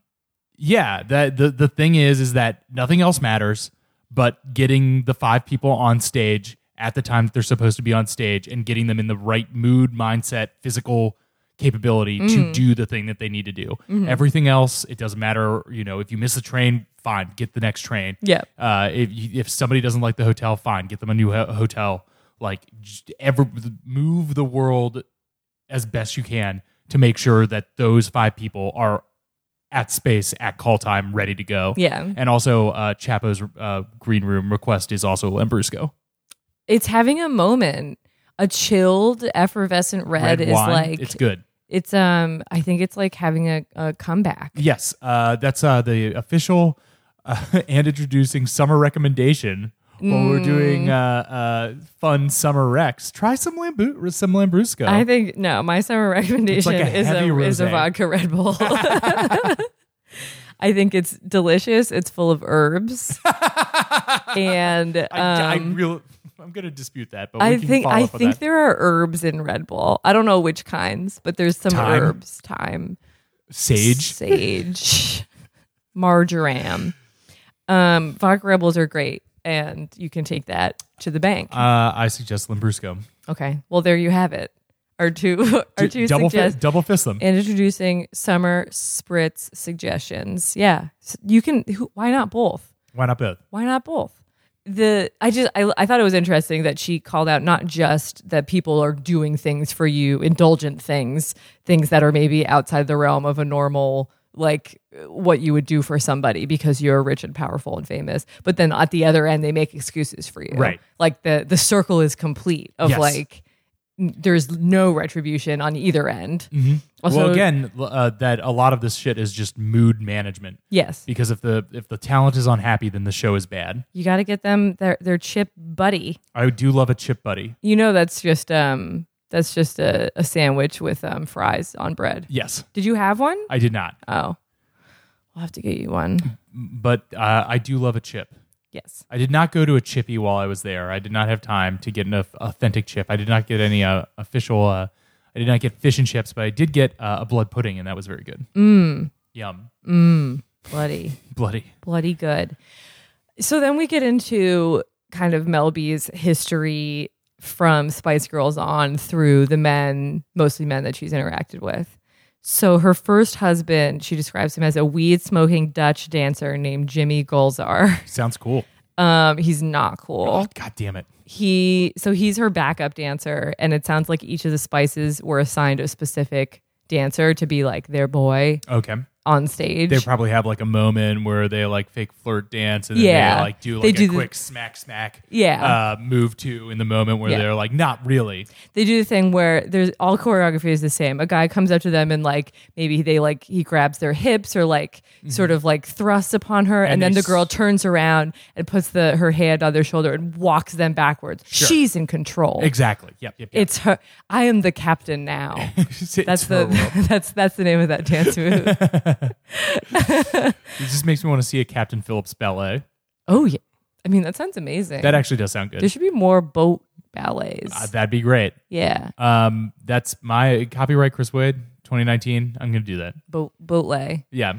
S1: yeah, that the the thing is is that nothing else matters but getting the five people on stage at the time that they're supposed to be on stage and getting them in the right mood, mindset, physical capability to do the thing that they need to do. Everything else, it doesn't matter, you know, if you miss a train, fine, get the next train.
S2: Yep.
S1: Uh, if you, if somebody doesn't like the hotel, fine, get them a new ho- hotel. Like, just ever move the world as best you can to make sure that those five people are at space at call time, ready to go.
S2: Yeah.
S1: And also, uh, Chapo's uh, green room request is also Lambrusco.
S2: It's having a moment. A chilled, effervescent red, is
S1: wine.
S2: like
S1: it's good.
S2: it's, um I think it's like having a, a comeback.
S1: Yes, uh, that's uh, the official uh, and introducing summer recommendation. While we're
S2: Mm.
S1: doing uh, uh, fun summer recs, try some Lambu- some Lambrusco.
S2: I think no. My summer recommendation
S1: It's like a
S2: is
S1: heavy
S2: a is a
S1: rosé.
S2: vodka Red Bull. I think it's delicious. It's full of herbs, and um,
S1: I,
S2: I,
S1: I real, I'm going to dispute that, but we can
S2: think
S1: follow
S2: I
S1: up on
S2: think
S1: that.
S2: there are herbs in Red Bull. I don't know which kinds, but there's some
S1: Thyme?
S2: herbs: thyme,
S1: Sage.
S2: sage, marjoram. Um, vodka Red Bulls are great, and you can take that to the bank.
S1: Uh, I suggest Lambrusco.
S2: okay, well there you have it. Our two, our two
S1: double, fi-
S2: suggest-
S1: double fist them.
S2: and introducing summer spritz suggestions. Yeah, S- you can. Who, why not both?
S1: Why not both?
S2: Why not both? The I just I, I thought it was interesting that she called out not just that people are doing things for you, indulgent things, things that are maybe outside the realm of a normal like what you would do for somebody because you're rich and powerful and famous. But then at the other end, they make excuses for you.
S1: Right.
S2: Like the the circle is complete of
S1: Yes.
S2: like n- there's no retribution on either end. Also,
S1: Mm-hmm. well, again, l- uh, that a lot of this shit is just mood management.
S2: Yes.
S1: Because if the if the talent is unhappy, then the show is bad.
S2: You got to get them their their chip buddy.
S1: I do love a chip buddy.
S2: You know that's just um that's just a, a sandwich with um fries on bread.
S1: Yes,
S2: Did you have one?
S1: I did not,
S2: Oh. We'll have to get you one.
S1: but uh, I do love a chip.
S2: Yes.
S1: I did not go to a chippy while I was there. I did not have time to get an au- authentic chip. I did not get any uh, official. Uh, I did not get fish and chips, but I did get uh, a blood pudding, and that was very good. Mm. Yum,
S2: Bloody.
S1: bloody.
S2: bloody good. So then we get into kind of Mel B's history from Spice Girls on through the men, mostly men that she's interacted with. So her first husband, she describes him as a weed smoking Dutch dancer named Jimmy Golzar.
S1: Sounds cool.
S2: Um, he's not cool.
S1: God damn it.
S2: He so he's her backup dancer, and it sounds like each of the Spices were assigned a specific dancer to be like their boy
S1: Okay,
S2: on stage.
S1: they probably have like a moment where they like fake flirt dance, and then
S2: Yeah.
S1: they like do like
S2: They
S1: a
S2: do the-
S1: quick smack smack.
S2: Yeah.
S1: uh, move to in the moment where
S2: Yeah.
S1: they're like, not really.
S2: they do the thing where there's all choreography is the same. A guy comes up to them and like maybe they like he grabs their hips or like sort of like thrusts upon her, and,
S1: Mm-hmm. And
S2: then
S1: they
S2: the girl
S1: s-
S2: turns around and puts the her hand on their shoulder and walks them backwards. She's in control.
S1: Exactly. Yep. Yep. yep.
S2: It's her. I am the captain now.
S1: It's, it's
S2: That's
S1: her world.
S2: the that's that's the name of that dance move.
S1: It just makes me want to see a Captain Phillips ballet.
S2: oh yeah, I mean that sounds amazing.
S1: That actually does sound good.
S2: there should be more boat ballets.
S1: Uh, that'd be great.
S2: yeah,
S1: Um, that's my copyright, Chris Wade, 2019. I'm gonna do that.
S2: boat boatlay.
S1: Yeah,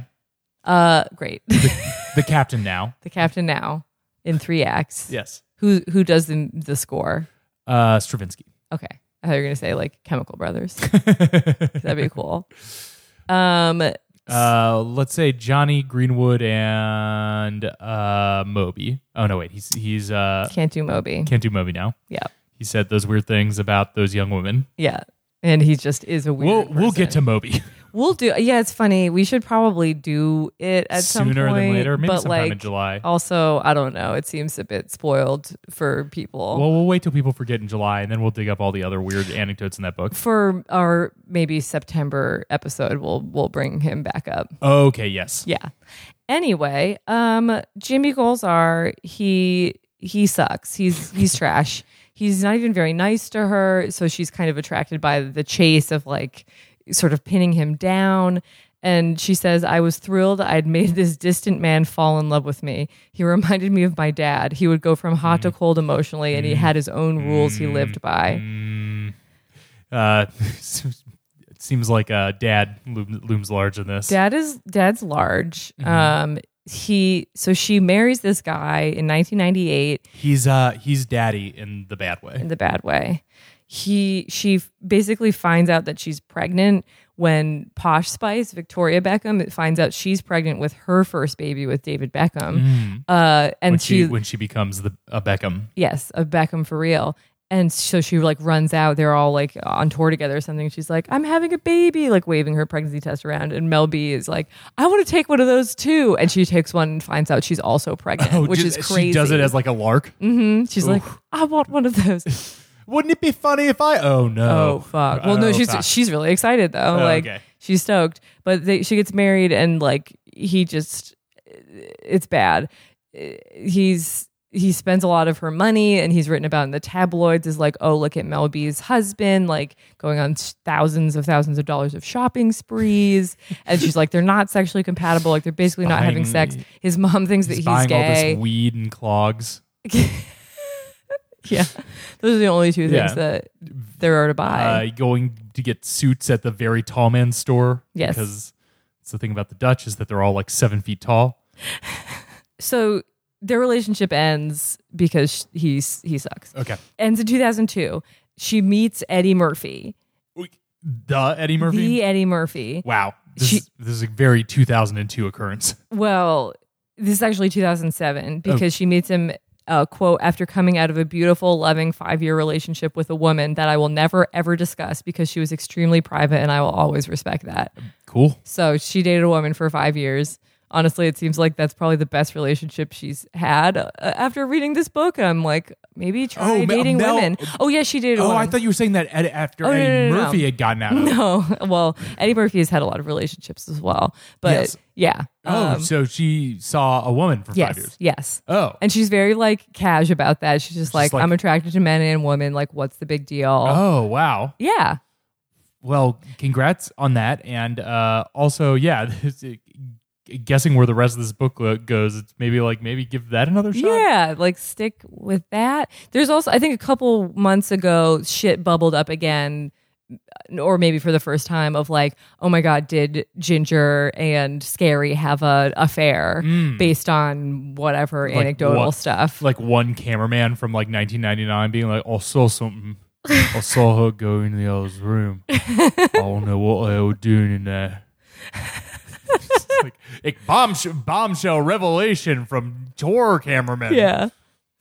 S2: Uh, great.
S1: the captain now.
S2: the captain now in three acts.
S1: Yes,
S2: Who who does the, the score?
S1: uh, Stravinsky.
S2: Okay, I thought you were gonna say like Chemical Brothers. That'd be cool. Um,
S1: Uh, let's say Johnny Greenwood and uh Moby. Oh no, wait, he's he's uh
S2: can't do Moby.
S1: can't do Moby now.
S2: Yeah,
S1: He said those weird things about those young women.
S2: yeah, and he just is a weird.
S1: We'll we'll get to
S2: person.
S1: Moby.
S2: we'll do. Yeah, it's funny. We should probably do it at some
S1: Sooner than
S2: point,
S1: later, maybe
S2: but
S1: sometime
S2: like,
S1: in July.
S2: Also, I don't know. It seems a bit spoiled for people.
S1: Well, we'll wait till people forget in July, and then we'll dig up all the other weird anecdotes in that book.
S2: for our maybe September episode, we'll we'll bring him back up.
S1: Okay, yes.
S2: Yeah. Anyway, um, Jimmy Golzar, he he sucks. He's he's trash. He's not even very nice to her, so she's kind of attracted by the chase of like sort of pinning him down. And she says, I was thrilled I'd made this distant man fall in love with me. He reminded me of my dad. He would go from hot to cold emotionally, and he had his own rules he lived by.
S1: Uh, it seems like uh, Dad loom, looms large in this.
S2: Dad is dad's large. Um, he so she marries this guy in 1998.
S1: He's uh he's daddy in the bad way.
S2: in the bad way. He she f- basically finds out that she's pregnant when Posh Spice Victoria Beckham finds out she's pregnant with her first baby with David Beckham, uh, and
S1: When she,
S2: she,
S1: when she becomes the a Beckham.
S2: yes, a Beckham for real. And so she like runs out. They're all like on tour together or something. She's like, "I'm having a baby," like waving her pregnancy test around. And Mel B is like, "I want to take one of those too." And she takes one and finds out she's also pregnant, Oh, which
S1: just-
S2: is crazy.
S1: Oh, She
S2: Mm.
S1: does it as like a lark.
S2: she's like, "I want one of those."
S1: Wouldn't it be funny if I? Oh no.
S2: Oh fuck! Well, no,
S1: Oh,
S2: she's
S1: fuck. Oh,
S2: she's really excited though. like
S1: okay.
S2: she's stoked, but they, she gets married and like he just it's bad. He's he spends a lot of her money and he's written about in the tabloids is like, oh look at Mel B's husband, like going on thousands of thousands of dollars of shopping sprees, and she's like, they're not sexually compatible, like they're basically not having
S1: buying-
S2: sex. His mom thinks that
S1: He's
S2: he's,
S1: buying all
S2: gay.
S1: this weed and clogs.
S2: yeah, those are the only two things
S1: Yeah.
S2: that there are to buy.
S1: Uh, going to get suits at the very tall man store.
S2: Yes.
S1: Because it's the thing about the Dutch is that they're all like seven feet tall.
S2: so their relationship ends because he's he sucks.
S1: Okay.
S2: Ends in 2002. She meets Eddie Murphy,
S1: The Eddie Murphy.
S2: the Eddie Murphy.
S1: wow. This,
S2: She-
S1: is, this is a very 2002 occurrence.
S2: Well, this is actually 2007 because she meets him. Uh, quote after coming out of a beautiful loving five-year relationship with a woman that i will never ever discuss because she was extremely private and i will always respect that
S1: Cool.
S2: so she dated a woman for five years honestly it seems like that's probably the best relationship she's had uh, after reading this book i'm like maybe try
S1: Oh, Mel-
S2: dating
S1: Mel-
S2: women oh yeah she dated a
S1: Oh,
S2: woman
S1: I thought you were saying that Ed, after
S2: Oh, no,
S1: Eddie
S2: no, no,
S1: Murphy
S2: no.
S1: had gotten out. of it.
S2: no well eddie murphy has had a lot of relationships as well but
S1: Yes.
S2: yeah
S1: Oh,
S2: Um,
S1: so she saw a woman for
S2: yes
S1: five years.
S2: yes
S1: Oh,
S2: and she's very like cash about that she's just, like,
S1: like-
S2: i'm attracted to men and women like what's the big deal
S1: oh, wow.
S2: yeah
S1: Well, congrats on that, and uh, also, yeah, this- g- guessing where the rest of this book lo- goes, it's maybe like maybe give that another shot.
S2: Yeah, like stick with that. There's also, I think a couple months ago, shit bubbled up again, or maybe for the first time, of like, oh my God, did Ginger and Scary have a affair based on whatever
S1: Mm. Like,
S2: anecdotal
S1: what-
S2: stuff?
S1: Like one cameraman from like 1999 being like, "I saw something. I saw her go into the other's room. I don't know what they were doing in there." It's like a bombshell, bombshell revelation from tour cameraman.
S2: yeah.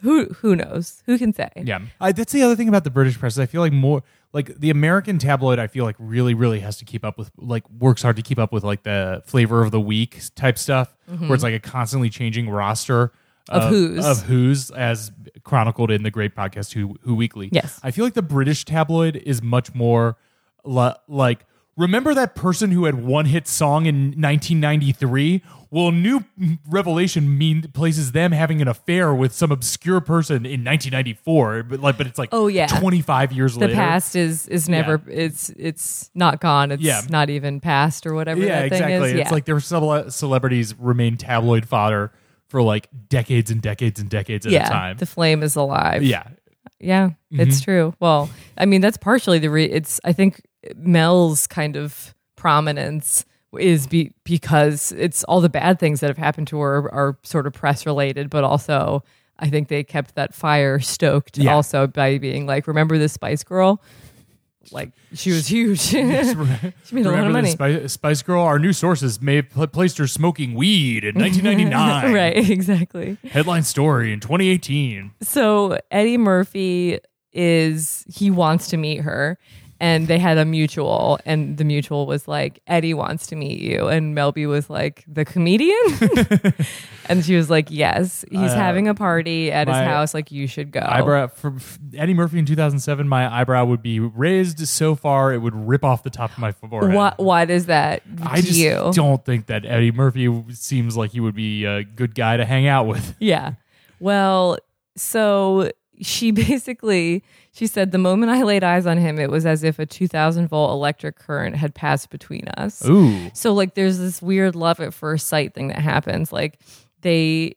S2: Who who knows? Who can say?
S1: Yeah, I, that's the other thing about the British press. Is I feel like more like the American tabloid. I feel like really, really has to keep up with like works hard to keep up with like the flavor of the week type stuff, where it's like a constantly changing roster
S2: Mm-hmm. Of who's.
S1: of who's as chronicled in the great podcast Who Who Weekly.
S2: Yes.
S1: I feel like the British tabloid is much more li- like. Remember that person who had one hit song in 1993? Well, new revelation mean places them having an affair with some obscure person in 1994, but like, but it's like
S2: Oh, yeah.
S1: 25 years
S2: The
S1: later.
S2: past is is never it's it's not gone. It's
S1: Yeah.
S2: not even past or whatever
S1: Yeah,
S2: that thing
S1: exactly.
S2: is. Yeah.
S1: It's like their cele- celebrities remain tabloid fodder for like decades and decades and decades at
S2: yeah,
S1: a time.
S2: the flame is alive.
S1: yeah,
S2: Yeah, it's true. Well, I mean, that's partially the re- it's. I think Mel's kind of prominence is be- because it's all the bad things that have happened to her are sort of press related, but also I think they kept that fire stoked
S1: Yeah.
S2: also by being like, remember this Spice Girl? Like she was huge. she made a lot
S1: Remember
S2: of
S1: the
S2: money.
S1: Spice, Spice Girl? Our new sources may have pl- placed her smoking weed in 1999.
S2: right, exactly.
S1: Headline story in 2018.
S2: So Eddie Murphy is he wants to meet her and they had a mutual and the mutual was like Eddie wants to meet you and Melby was like the comedian and she was like yes he's having a party at
S1: Uh, my
S2: his house like you should go
S1: Eyebrow for f- Eddie Murphy in 2007. My eyebrow would be raised so far it would rip off the top of my forehead.
S2: why why does that
S1: I
S2: do
S1: just
S2: you
S1: don't think that Eddie Murphy seems like he would be a good guy to hang out with.
S2: Yeah. Well, so she basically she said the moment I laid eyes on him, it was as if a two thousand volt electric current had passed between us.
S1: Ooh.
S2: So like there's this weird love at first sight thing that happens. Like they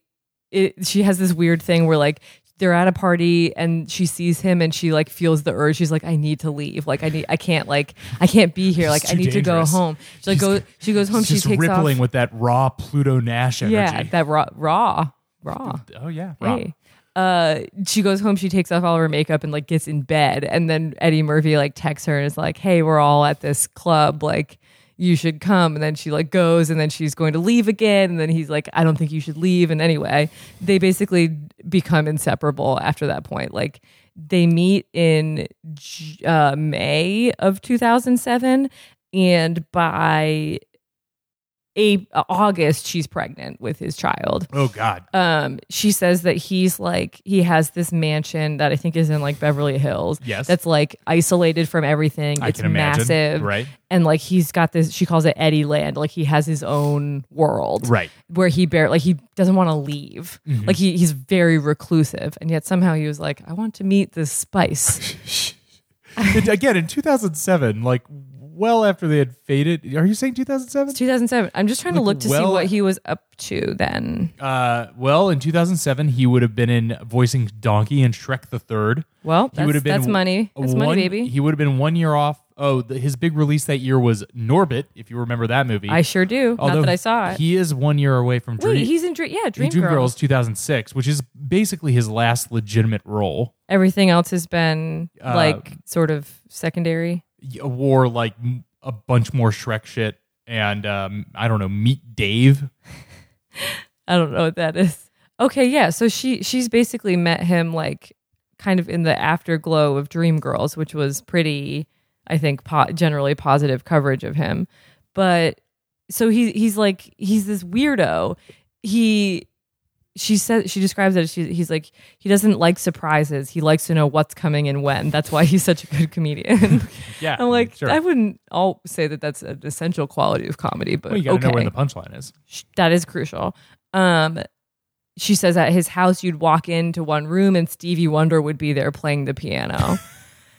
S2: it, she has this weird thing where like they're at a party and she sees him and she like feels the urge. She's like, I need to leave. Like I need I can't like I can't be here. Like I
S1: too
S2: need to go
S1: dangerous.
S2: home. She like
S1: She's-
S2: goes she goes home,
S1: It's
S2: she
S1: just
S2: takes off.
S1: rippling with that raw Pluto Nash energy.
S2: yeah, that raw raw. Raw.
S1: oh yeah. Raw.
S2: Hey. Uh, she goes home. She takes off all her makeup and like gets in bed. And then Eddie Murphy like texts her and is like, "Hey, we're all at this club. Like, you should come." And then she like goes, and then she's going to leave again. And then he's like, "I don't think you should leave." And anyway, they basically become inseparable after that point. Like they meet in J- uh, May of 2007, and by a- August she's pregnant with his child
S1: Oh God.
S2: um, she says that he's like he has this mansion that I think is in like Beverly Hills.
S1: Yes.
S2: that's like isolated from everything.
S1: I
S2: it's
S1: can imagine.
S2: massive,
S1: Right.
S2: And like he's got this. She calls it Eddie Land. Like he has his own world,
S1: Right. Mm-hmm.
S2: Where he bear like he doesn't want to leave. Like he, he's very reclusive, and yet somehow he was like, I want to meet this spice.
S1: It- again in 2007, like well after they had faded. Are you saying 2007?
S2: 2007. I'm just trying to
S1: Like,
S2: look to see
S1: well-
S2: what he was up to then.
S1: Uh, well, in 2007, he would have been in voicing Donkey and Shrek the Third.
S2: Well,
S1: he would
S2: that's-
S1: have been
S2: that's money. That's
S1: one,
S2: money, baby.
S1: He would have been one year off. Oh, the, his big release that year was Norbit, if you remember that movie.
S2: I sure do.
S1: Although
S2: Not that I saw it.
S1: He is one year away from Dream.
S2: Wait, he's in Dream. Yeah, Dream, Girls.
S1: Girls 2006, which is basically his last legitimate role.
S2: everything else has been
S1: Uh,
S2: like sort of secondary.
S1: Y- Wore like m- a bunch more Shrek shit, and um, I don't know, Meet Dave.
S2: I don't know what that is. Okay, yeah. So she she's basically met him like kind of in the afterglow of Dreamgirls, which was pretty, I think, po- generally positive coverage of him. But so he he's like he's this weirdo. He she says she describes it. as She, he's like he doesn't like surprises. He likes to know what's coming and when. That's why he's such a good comedian.
S1: Yeah,
S2: I'm like
S1: sure.
S2: I wouldn't all say that that's an essential quality of comedy, but
S1: well, you gotta
S2: okay
S1: know where the punchline is.
S2: sh- that is crucial. Um, she says at his house, you'd walk into one room and Stevie Wonder would be there playing the piano.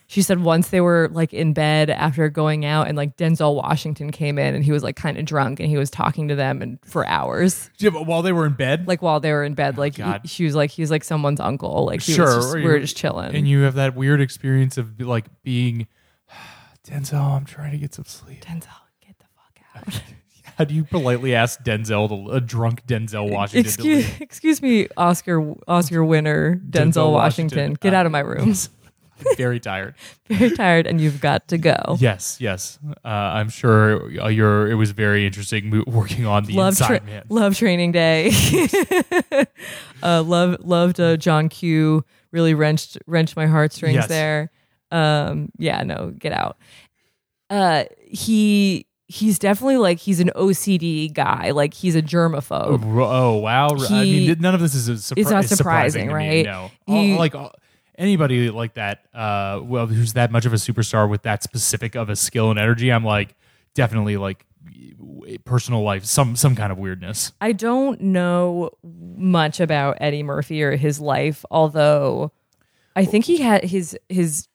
S2: She said once they were like in bed after going out, and like Denzel Washington came in and he was like kind of drunk and he was talking to them and for hours,
S1: Yeah, but while they were in bed,
S2: like while they were in bed. Like
S1: Oh God.
S2: he- she was like, he's like someone's uncle. Like he was
S1: sure,
S2: just-
S1: or
S2: we
S1: you-
S2: were just chilling.
S1: and you have that weird experience of like being Denzel. I'm trying to get some sleep.
S2: Denzel, get the fuck out.
S1: How do you politely ask Denzel, to, a drunk Denzel Washington,
S2: excuse,
S1: to leave?
S2: excuse me, Oscar Oscar winner Denzel,
S1: Denzel
S2: Washington.
S1: Washington.
S2: Get
S1: Uh,
S2: out of my room.
S1: I'm very tired.
S2: Very tired, and you've got to go.
S1: Yes, yes. Uh, I'm sure uh, you're. It was very interesting mo- working on the
S2: love
S1: inside
S2: tra-
S1: man.
S2: love training day. uh, love loved uh, John Q. Really wrenched wrenched my heartstrings
S1: Yes.
S2: there. Um, yeah, no, get out. Uh, he he's definitely like he's an OCD guy. Like he's a germaphobe.
S1: Oh wow! I
S2: He-
S1: mean, none of this is a surpri-
S2: It's not
S1: is surprising,
S2: surprising,
S1: to me,
S2: right?
S1: No,
S2: You-
S1: All- like all- anybody like that, uh, well, who's that much of a superstar with that specific of a skill and energy, I'm like definitely like w- personal life, some some kind of weirdness.
S2: I don't know much about Eddie Murphy or his life, although I think he had his his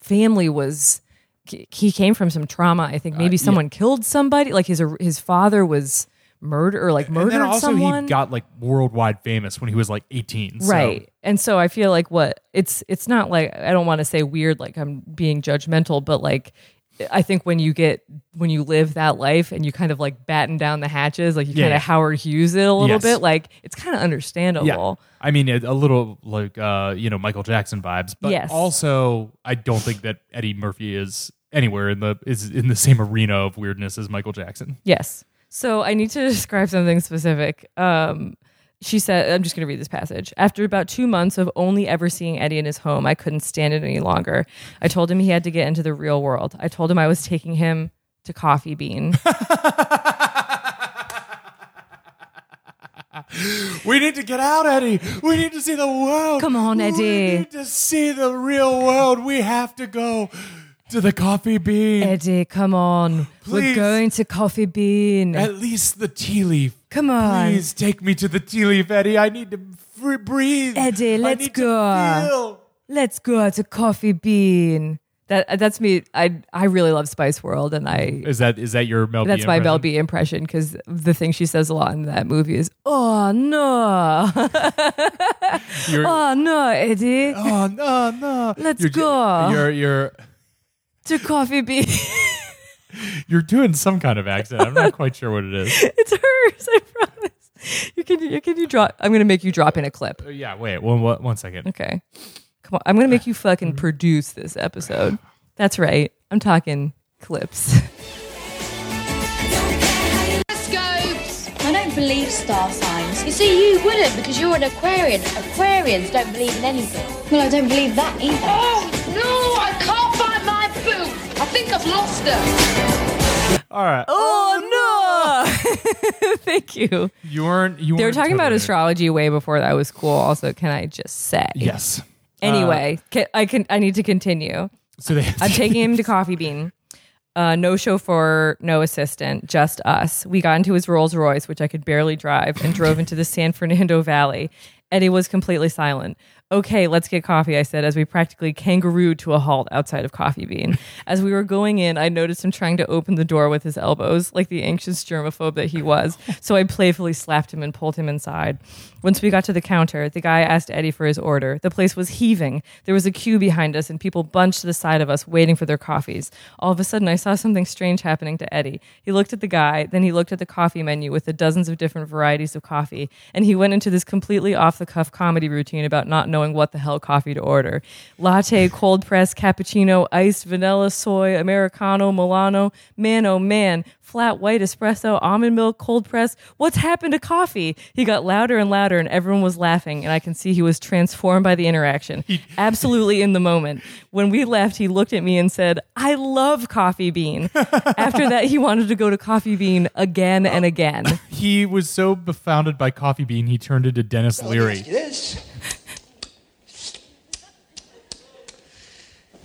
S2: family was he came from some trauma. I
S1: Uh,
S2: think maybe someone killed somebody. Like his his father was murdered or like murdered
S1: and then also
S2: someone.
S1: he got like worldwide famous when he was like 18. so-
S2: right. And so I feel like what it's it's not like I don't want to say weird like I'm being judgmental, but like I think when you get when you live that life and you kind of like batten down the hatches, like you
S1: Yeah.
S2: kind of Howard Hughes it a little
S1: Yes.
S2: bit, like it's kind of understandable.
S1: I mean, a, a little like uh, you know Michael Jackson vibes, but
S2: Yes.
S1: also I don't think that Eddie Murphy is anywhere in the is in the same arena of weirdness as Michael Jackson.
S2: Yes. So I need to describe something specific. Um, she said, I'm just going to read this passage. After about two months of only ever seeing Eddie in his home, I couldn't stand it any longer. I told him he had to get into the real world. I told him I was taking him to Coffee Bean.
S1: We need to get out, Eddie. We need to see the world.
S2: Come on, Eddie.
S1: We need to see the real world. We have to go to the coffee bean.
S2: Eddie, come on.
S1: Please.
S2: We're going to Coffee Bean.
S1: At least the tea leaf.
S2: Come on.
S1: Please take me to the tea leaf, Eddie. I need to free breathe.
S2: Eddie,
S1: I
S2: let's
S1: need
S2: go.
S1: To feel.
S2: Let's go to Coffee Bean. That, uh, that's me. I, I really love Spice World and I
S1: Is that is that your Mel? B
S2: That's my Mel
S1: impression?
S2: B impression because the thing she says a lot in that movie is, "Oh no,
S1: Your-
S2: oh no, Eddie,
S1: oh no no!
S2: Let's
S1: you're, ju-
S2: go.
S1: You're you're
S2: to coffee bean."
S1: you're doing some kind of accent. I'm not quite sure what it is.
S2: it's hers, I promise. You can you can you drop? I'm gonna make you drop in a clip.
S1: Uh, Yeah, wait one one- one second.
S2: Okay, come on. I'm gonna make you fucking produce this episode. That's right. I'm talking clips.
S4: Scopes.
S5: I don't believe star signs. You see, you wouldn't because you're an Aquarian. Aquarians don't believe in anything. Well, I don't believe that either.
S4: Oh no! I can't find my boot. I think I've lost it.
S1: All right,
S2: Oh no! Thank you.
S1: you weren't you.
S2: They were
S1: weren't
S2: talking about
S1: totally-
S2: astrology way before that was cool. Also, can I just say?
S1: Yes.
S2: Anyway, ca- I can I need to continue.
S1: So they.
S2: I'm taking him to Coffee Bean. Uh, no chauffeur, no assistant, just us. We got into his Rolls Royce, which I could barely drive, and drove into the San Fernando Valley. Eddie was completely silent. Okay, let's get coffee, I said, as we practically kangarooed to a halt outside of Coffee Bean. As we were going in, I noticed him trying to open the door with his elbows, like the anxious germaphobe that he was. So I playfully slapped him and pulled him inside. Once we got to the counter, the guy asked Eddie for his order. The place was heaving. There was a queue behind us, and people bunched to the side of us, waiting for their coffees. All of a sudden, I saw something strange happening to Eddie. He looked at the guy, then he looked at the coffee menu with the dozens of different varieties of coffee, and he went into this completely off the cuff comedy routine about not knowing what the hell coffee to order latte, cold press, cappuccino, iced, vanilla, soy, Americano, Milano. Man, oh man, flat white espresso, almond milk, cold press. What's happened to coffee? He got louder and louder, and everyone was laughing, and I can see he was transformed by the interaction. Absolutely in the moment. When we left, he looked at me and said, I love Coffee Bean. After that, he wanted to go to Coffee Bean again
S1: Oh.
S2: and again.
S1: He was so befounded by Coffee Bean, he turned into Dennis Leary.
S6: This.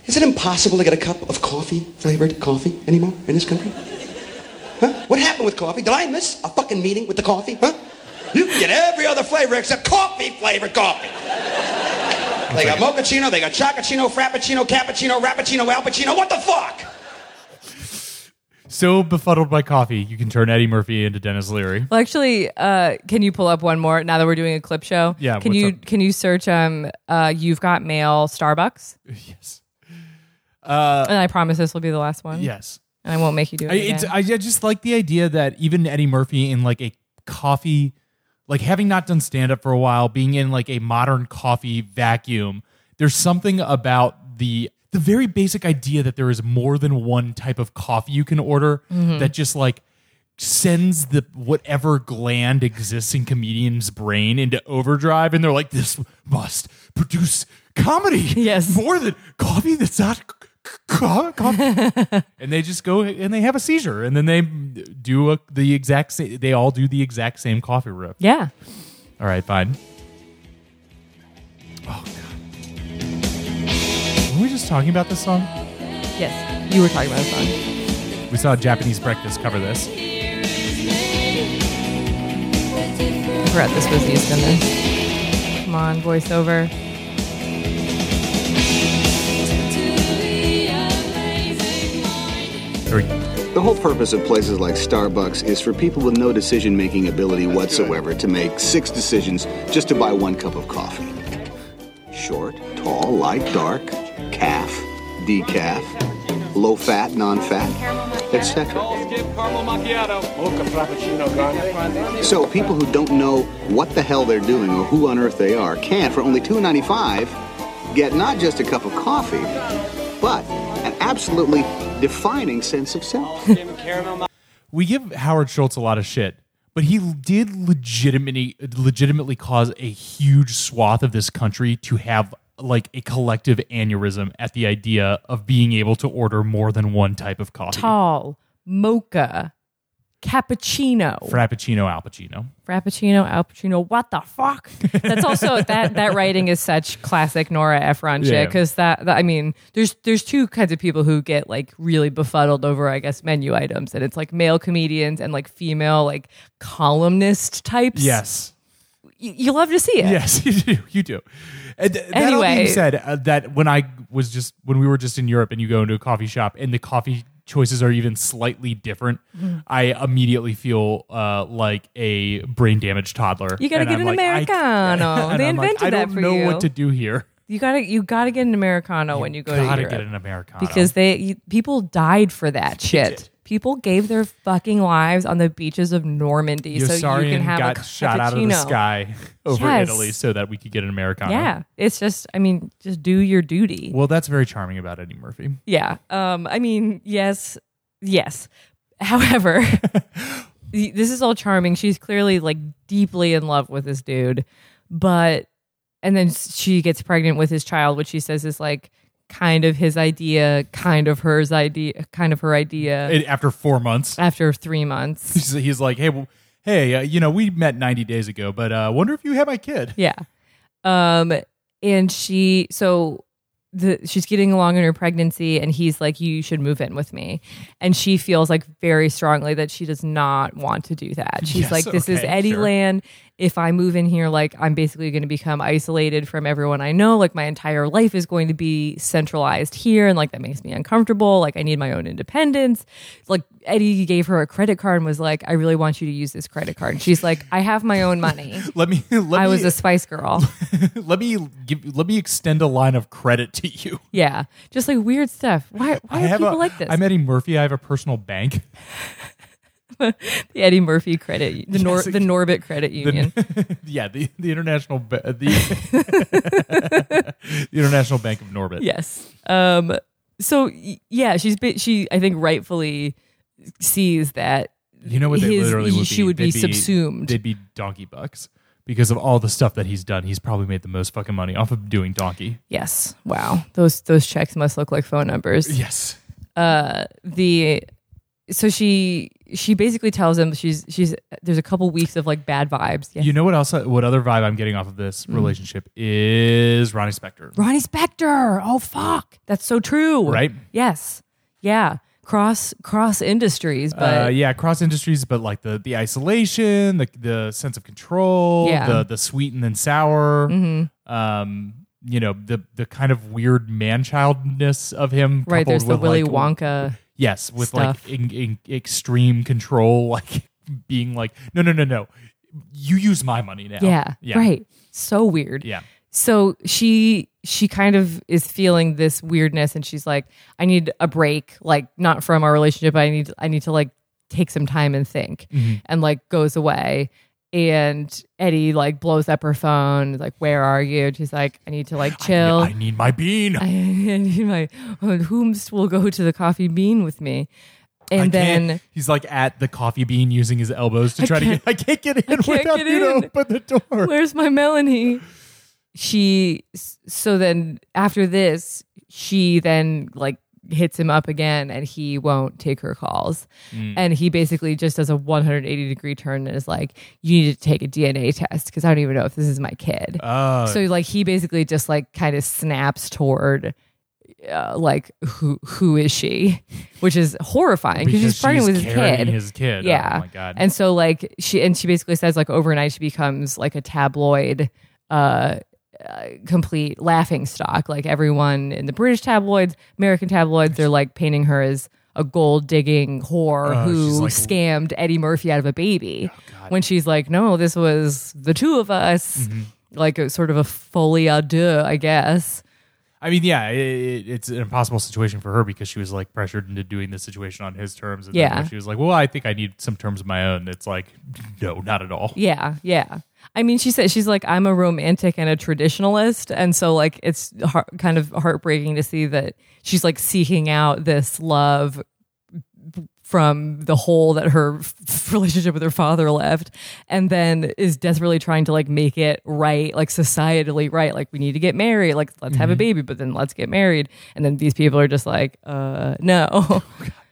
S6: Is it impossible to get a cup of coffee, flavored coffee, anymore in this country? Huh? What happened with coffee? Did I miss a fucking meeting with the coffee? Huh? You can get every other flavor except coffee flavored coffee. fuck? They got mochaccino, they got chocochino, frappuccino, cappuccino, rappuccino, alpuccino. What the fuck?
S1: So befuddled by coffee, you can turn Eddie Murphy into Dennis Leary.
S2: Well, actually, uh, can you pull up one more now that we're doing a clip show?
S1: Yeah,
S2: Can
S1: what's
S2: you
S1: up?
S2: can you search um uh you've got mail Starbucks?
S1: Yes.
S2: and I promise this will be the last one.
S1: Yes.
S2: And I won't make you do it.
S1: Uh, I, it's,
S2: again.
S1: I I just like the idea that even Eddie Murphy in like a coffee, like having not done stand up for a while, being in like a modern coffee vacuum, there's something about the the very basic idea that there is more than one type of coffee you can order that just like sends the whatever gland exists in comedians' brain into overdrive, and they're like, "This must produce comedy."
S2: Yes.
S1: more than coffee. That's not c- c- co- coffee. and they just go and they have a seizure, and then they do a, the exact. Sa- they all do the exact same coffee rip.
S2: yeah.
S1: All right, fine. Oh God. Were we just talking about this song?
S2: Yes. You were talking about a song.
S1: We saw Japanese Breakfast cover this.
S2: I forgot this was used in this. Come on, voiceover.
S1: There we go.
S7: The whole purpose of places like Starbucks is for people with no decision making ability whatsoever to make six decisions just to buy one cup of coffee. Short, tall, light, dark, calf, decaf, low fat, non fat, etc. So people who don't know what the hell they're doing or who on earth they are can, for only $2.95, get not just a cup of coffee, but an absolutely defining sense of self.
S1: we give Howard Schultz a lot of shit, but he did legitimately legitimately cause a huge swath of this country to have like a collective aneurysm at the idea of being able to order more than one type of coffee.
S2: Tall, mocha, cappuccino.
S1: Frappuccino, Alpacino.
S2: Frappuccino, Alpuccino, what the fuck? That's also that that writing is such classic Nora Ephron
S1: Yeah.
S2: shit because that, that- I mean, there's there's two kinds of people who get like really befuddled over I guess menu items and it's like male comedians and like female like columnist types.
S1: Yes.
S2: Y- you love to see it.
S1: Yes, you do. You do. And th- that all being
S2: Anyway.
S1: said, uh, that when I was just when we were just in Europe and you go into a coffee shop and the coffee choices are even slightly different,
S2: Mm-hmm.
S1: I immediately feel uh, like a brain damaged toddler.
S2: You gotta
S1: And I'm
S2: get an
S1: like, I-
S2: Americano.
S1: and
S2: They
S1: I'm like,
S2: invented
S1: I
S2: that
S1: don't
S2: for
S1: know
S2: you.
S1: what to do here.
S2: You gotta you gotta get an Americano when you go to
S1: gotta
S2: Europe.
S1: get an Americano
S2: because they you- people died for that
S1: did.
S2: shit. People gave their fucking lives on the beaches of Normandy so you
S1: Yossarian
S2: can have
S1: got
S2: a
S1: shot out of the
S2: cappuccino.
S1: sky over
S2: Yes.
S1: Italy so that we could get an Americano.
S2: Yeah, it's just I mean, just do your duty.
S1: Well, that's very charming about Eddie Murphy.
S2: Yeah. Um I mean, yes. Yes. However, y- this is all charming. She's clearly like deeply in love with this dude, but and then s- she gets pregnant with his child, which she says is like kind of his idea, kind of hers idea, kind of her idea
S1: And after four months,
S2: after 3 months.
S1: he's, he's like, "Hey, well, hey, uh, you know, we met 90 days ago, but uh, wonder if you had my kid."
S2: Yeah. Um and she so the she's getting along in her pregnancy and he's like you should move in with me. And she feels like very strongly that she does not want to do that. She's
S1: Yes,
S2: like this is
S1: okay,
S2: Eddie
S1: sure.
S2: land. If I move in here like I'm basically going to become isolated from everyone I know, like my entire life is going to be centralized here and like that makes me uncomfortable. Like I need my own independence. Like Eddie gave her a credit card and was like I really want you to use this credit card. And she's like I have my own money.
S1: Let me let
S2: I
S1: me
S2: was a Spice Girl.
S1: let me give let me extend a line of credit to you.
S2: Yeah, just like weird stuff. Why? Why
S1: I
S2: are
S1: have
S2: people
S1: a,
S2: like this?
S1: I'm Eddie Murphy. I have a personal bank.
S2: the Eddie Murphy credit, the Nor-
S1: Yes.
S2: the Norbit Credit Union.
S1: yeah, the the international ba- the, the international bank of Norbit.
S2: yes. Um. So y- yeah, she's ba- she I think rightfully sees that.
S1: You know what they
S2: His-
S1: literally would
S2: she
S1: be?
S2: would be
S1: They'd
S2: subsumed.
S1: They'd be donkey bucks because of all the stuff that he's done. He's probably made the most fucking money off of doing donkey.
S2: Yes. Wow. Those those checks must look like phone numbers.
S1: Yes.
S2: Uh. The so she she basically tells him she's she's there's a couple weeks of like bad vibes. Yeah.
S1: You know what else? uh, What other vibe I'm getting off of this
S2: Mm.
S1: relationship is Ronnie Spector.
S2: Ronnie Spector. Oh fuck, that's so true.
S1: Right?
S2: Yes. Yeah. Cross cross industries, but
S1: uh, yeah, cross industries, but like the the isolation, the the sense of control,
S2: Yeah. Mm-hmm.
S1: the the sweet and then sour. Um, you know the the kind of weird man childness of him.
S2: Right,
S1: coupled
S2: there's the
S1: with,
S2: Willy
S1: like,
S2: Wonka.
S1: Yes, with
S2: stuff.
S1: like in, in extreme control, like being like, no, no, no, no, you use my money now.
S2: Yeah, Right. So weird.
S1: Yeah.
S2: So she she kind of is feeling this weirdness and she's like, I need a break, like not from our relationship, I need I need to like take some time and think.
S1: Mm-hmm.
S2: And like goes away. And Eddie like blows up her phone, like, where are you? And she's like, I need to like chill.
S1: I need my bean.
S2: I, need my whomst will go to the coffee bean with me. And
S1: I
S2: then
S1: can't- he's like at the coffee bean using his elbows to try to get.
S2: can't-
S1: I can't get in
S2: can't
S1: without
S2: get
S1: you to
S2: in.
S1: open the door.
S2: Where's my Melanie? She so then after this, she then like hits him up again and he won't take her calls.
S1: Mm.
S2: And he basically just does a 180 degree turn and is like, You need to take a DNA test because I don't even know if this is my kid.
S1: Oh,
S2: so like he basically just like kind of snaps toward uh, like who who is she? Which is horrifying because she's pregnant with his
S1: carrying
S2: kid.
S1: His kid.
S2: Yeah.
S1: Oh my god.
S2: And so like she and she basically says like overnight she becomes like a tabloid uh, uh complete laughing stock. Like everyone in the British tabloids, American tabloids, they're like painting her as a gold digging whore
S1: Oh, she's,
S2: who
S1: like- Oh,
S2: scammed Eddie Murphy out of a baby. when she's like, no, this was the two of us.
S1: Mm-hmm.
S2: Like a sort of a folie à deux, I guess.
S1: I mean, yeah, i it, it's an impossible situation for her because she was like pressured into doing this situation on his terms. And then
S2: Yeah.
S1: when she was like, "Well, I think I need some terms of my own." It's like, no, not at all.
S2: Yeah, yeah. I mean, she said she's like I'm a romantic and a traditionalist, and so like it's heart, kind of heartbreaking to see that she's like seeking out this love from the hole that her f- relationship with her father left and then is desperately trying to like make it right like societally right like we need to get married like let's have a baby but then let's get married and then these people are just like uh no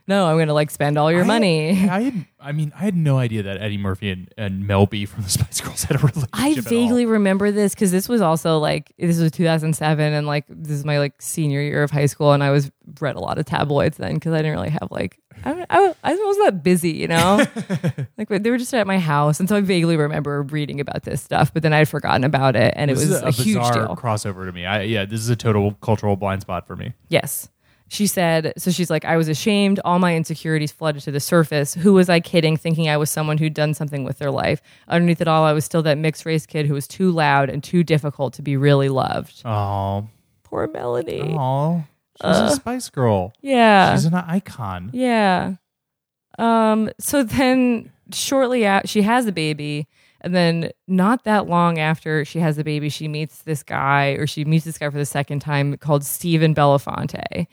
S2: no i'm gonna like spend all your
S1: I-
S2: money
S1: I had, I mean, I had no idea that Eddie Murphy and, and Mel B from the Spice Girls had a relationship.
S2: I
S1: at all.
S2: vaguely remember this because this was also like this was 2007 and like this is my like senior year of high school and I was read a lot of tabloids then because I didn't really have like I don't, I, was- I wasn't that busy you know like they were just at my house and so I vaguely remember reading about this stuff but then I'd forgotten about it and
S1: This
S2: it was
S1: is
S2: a,
S1: a,
S2: huge
S1: bizarre
S2: deal
S1: crossover to me. I, yeah, this is a total cultural blind spot for me.
S2: yes she said so she's like I was ashamed all my insecurities flooded to the surface who was I kidding thinking I was someone who'd done something with their life underneath it all I was still that mixed race kid who was too loud and too difficult to be really loved
S1: Oh,
S2: poor Melody.
S1: oh, she's a Spice Girl.
S2: Uh, Yeah.
S1: She's an icon.
S2: yeah. Um, so then shortly after she has a baby, and then not that long after she has the baby, she meets this guy or she meets this guy for the second time called Steven Belafonte.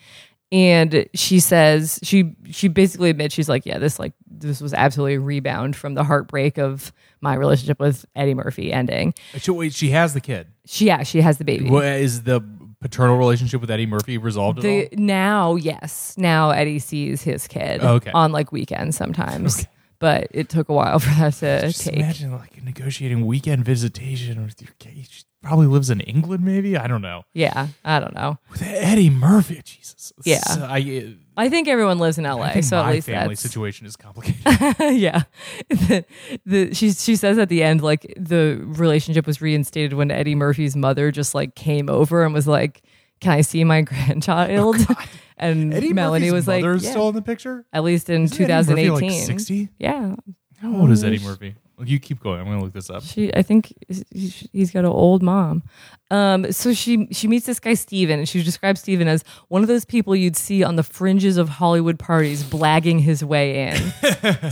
S2: And she says she she basically admits she's like, Yeah, this like this was absolutely a rebound from the heartbreak of my relationship with Eddie Murphy ending.
S1: She, wait, she has the kid.
S2: She yeah, she has the baby.
S1: What is the paternal relationship with Eddie Murphy resolved at all?
S2: The, now, yes. Now Eddie sees his kid
S1: Oh, okay.
S2: on like weekends sometimes. But it took a while for that to
S1: Just
S2: take.
S1: imagine like negotiating weekend visitation with your kid. She probably lives in England, maybe. I don't know.
S2: Yeah, I don't know.
S1: With Eddie Murphy, Jesus.
S2: Yeah.
S1: So I,
S2: I think everyone lives in
S1: I
S2: LA,
S1: think
S2: so
S1: my
S2: at least
S1: family
S2: that's
S1: situation is complicated.
S2: yeah. The, the, she she says at the end like the relationship was reinstated when Eddie Murphy's mother just like came over and was like, "Can I see my grandchild?" and
S1: Oh, Eddie
S2: Melanie
S1: Murphy's
S2: was like,
S1: mother's
S2: yeah.
S1: still in the picture.
S2: at least in
S1: Isn't Eddie Murphy,
S2: 2018.
S1: like, 60?
S2: Yeah.
S1: How old is
S2: Oh,
S1: Eddie Murphy? Well, You keep going. I'm going to look this up.
S2: She, I think he's he's got an old mom. Um, so she she meets this guy Steven, and she describes Steven as one of those people you'd see on the fringes of Hollywood parties, blagging his way in.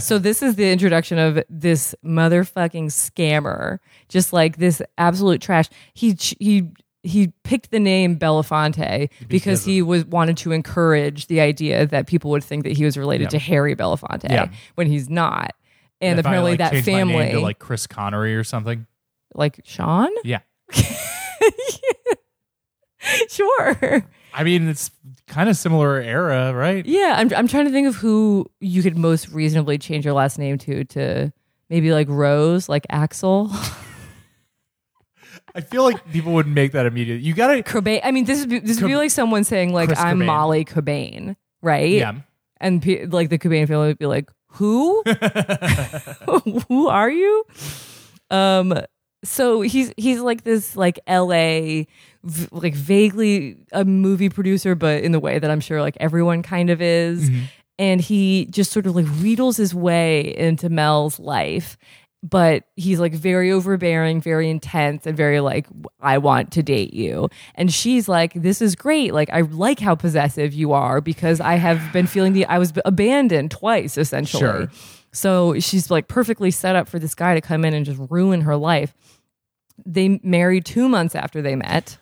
S2: so this is the introduction of this motherfucking scammer, just like this absolute trash. He he. He picked the name Belafonte because,
S1: Because
S2: he was wanted to encourage the idea that people would think that he was related to Harry Belafonte
S1: Yeah.
S2: when he's not. And
S1: If I,
S2: apparently
S1: like,
S2: that
S1: changed my name
S2: family
S1: to like Chris Connery or something.
S2: like Sean?
S1: Yeah.
S2: sure.
S1: I mean, it's kind of similar era, right?
S2: Yeah, I'm I'm trying to think of who you could most reasonably change your last name to to maybe like Rose, like Axel.
S1: I feel like people would make that immediate. You got to.
S2: Cobain. I mean, this would be, this would be
S1: Cob-
S2: like someone saying like
S1: Chris
S2: I'm
S1: Cobain.
S2: Molly Cobain, right?
S1: Yeah.
S2: And pe- like the Cobain family would be like, "Who? who are you?" Um so he's he's like this like L.A. v- like vaguely a movie producer, but in the way that I'm sure like everyone kind of is, and he just sort of like wheedles his way into Mel's life. But he's like very overbearing, very intense, and very like, I want to date you. And she's like, This is great. Like, I like how possessive you are because I have been feeling the, I was abandoned twice essentially.
S1: Sure.
S2: So she's like perfectly set up for this guy to come in and just ruin her life. They married two months after they met.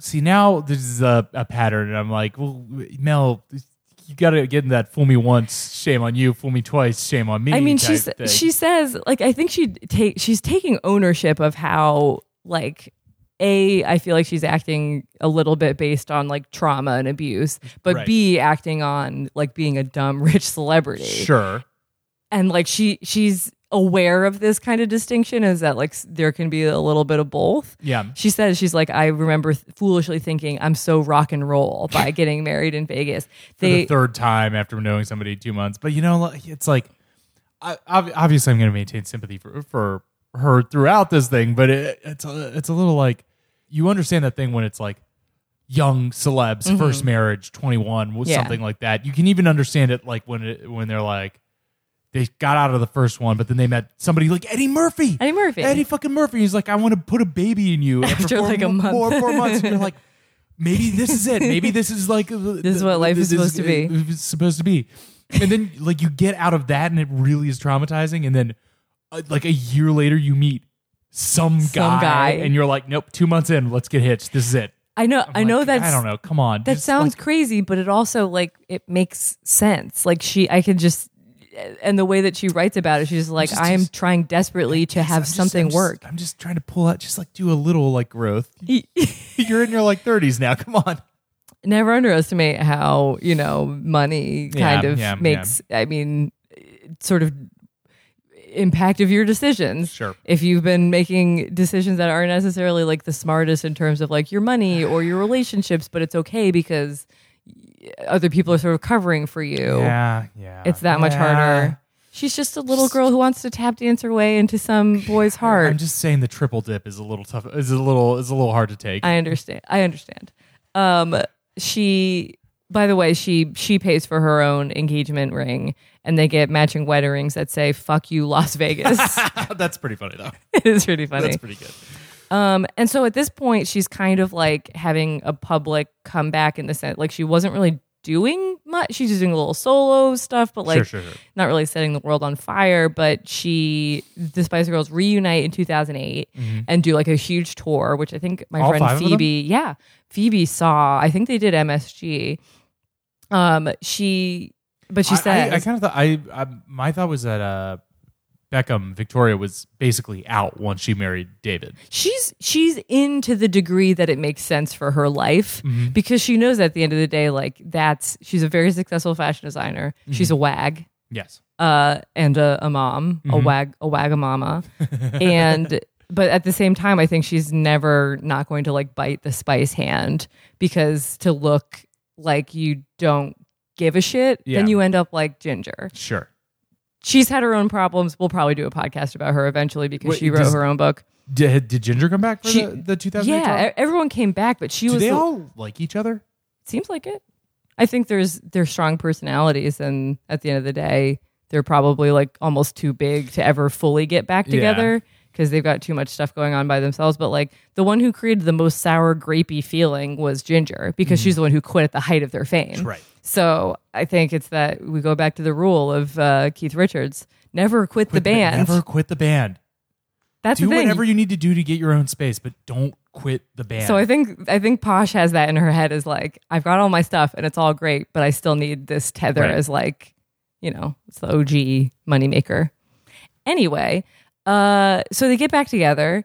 S1: See, now this is a, a pattern, and I'm like, well, Mel, you got to get in that fool me once, shame on you, fool me twice, shame on me.
S2: I mean,
S1: type
S2: she's
S1: thing.
S2: she says like I think she take she's taking ownership of how like a I feel like she's acting a little bit based on like trauma and abuse, but
S1: Right.
S2: b acting on like being a dumb rich celebrity.
S1: sure.
S2: and like she she's aware of this kind of distinction is that like s- there can be a little bit of both
S1: Yeah.
S2: she says she's like i remember th- foolishly thinking i'm so rock and roll by getting married in vegas
S1: for
S2: they
S1: the third time after knowing somebody two months. But you know, like, it's like I, ob- obviously I'm going to maintain sympathy for for her throughout this thing, but it, it's a, it's a little like you understand that thing when it's like young celebs first marriage 21 was
S2: Mm-hmm. Yeah.
S1: something like that. You can even understand it like when it, when they're like they got out of the first one, but then they met somebody like Eddie Murphy.
S2: Eddie Murphy.
S1: Eddie fucking Murphy. He's like, I want to put a baby in you
S2: After,
S1: four
S2: like, a
S1: mo-
S2: month.
S1: Four, four months. And you're like, maybe this is it. Maybe this is like this
S2: is what life is supposed to be.
S1: It's supposed to be. And then like you get out of that, and it really is traumatizing. And then uh, like a year later, you meet some,
S2: Some guy.
S1: and you're like, nope. Two months in, let's get hitched. This is it.
S2: i know
S1: I'm
S2: i know
S1: like,
S2: that's
S1: I don't know. Come on.
S2: that
S1: Just,
S2: sounds
S1: like,
S2: crazy but it also like it makes sense like she i can just and the way that she writes about it she's like
S1: Just-
S2: i am
S1: just-
S2: trying desperately to
S1: I'm
S2: have
S1: just-
S2: something
S1: I'm just-
S2: work
S1: I'm just trying to pull out, just like do a little like growth. You're in your like 30s now. Come on.
S2: never underestimate how you know money
S1: Yeah,
S2: kind of
S1: yeah,
S2: makes i mean sort of impact of your decisions
S1: Sure.
S2: if you've been making decisions that aren't necessarily like the smartest in terms of like your money or your relationships but it's okay because other people are sort of covering for you
S1: Yeah, yeah.
S2: Oh. it's that much
S1: Yeah.
S2: harder she's just a little girl who wants to tap dance her way into some boy's heart
S1: I'm just saying the triple dip is a little tough. Is a little is a little hard to take.
S2: I understand. I understand. Um, she, by the way, she she pays for her own engagement ring, and they get matching wedding rings that say "fuck you, Las Vegas."
S1: That's pretty funny though.
S2: it is pretty funny.
S1: That's pretty good.
S2: Um, and so at this point, she's kind of like having a public comeback in the sense, like she wasn't really doing much. She's just doing a little solo stuff, but like
S1: sure, sure, sure.
S2: not really setting the world on fire. But she, the Spice Girls reunite in 2008 and do like a huge tour, which I think my
S1: Mm-hmm. All five
S2: friend
S1: of them?
S2: Phoebe, yeah, Phoebe saw. I think they did MSG. Um, she, but she
S1: I,
S2: said,
S1: I, I kind of thought I, I my thought was that uh Beckham Victoria was basically out once she married David.
S2: she's she's into the degree that it makes sense for her
S1: Mm-hmm.
S2: life because she knows at the end of the day like that's she's a very successful fashion designer
S1: Mm-hmm.
S2: she's a wag
S1: Yes.
S2: uh and a, a mom a
S1: Mm-hmm.
S2: wag a wagamama and but at the same time i think she's never not going to like bite the spice hand because to look like you don't give a shit
S1: Yeah.
S2: then you end up like ginger
S1: Sure.
S2: she's had her own problems we'll probably do a podcast about her eventually because
S1: Wait,
S2: she wrote
S1: does-
S2: her own book
S1: Did, did Ginger come back for
S2: She-
S1: the, the 2008
S2: yeah,
S1: trial?
S2: e- everyone came back, but she
S1: Do
S2: was.
S1: they
S2: the-
S1: all like each other?
S2: seems like it. I think there's their strong personalities, and at the end of the day, they're probably like almost too big to ever fully get back
S1: Yeah.
S2: together because they've got too much stuff going on by themselves. But like the one who created the most sour, grapey feeling was Ginger because she's the one who quit at the height of their fame.
S1: Mm-hmm. right.
S2: So I think it's that we go back to the rule of uh, Keith Richards: never quit, the band.
S1: Never quit the band.
S2: That's
S1: do
S2: the thing.
S1: whatever you need to do to get your own space, but don't quit the band.
S2: So I think I think Posh has that in her head is like I've got all my stuff and it's all great, but I still need this tether
S1: Right.
S2: as like you know it's the OG moneymaker. Anyway, uh, so they get back together,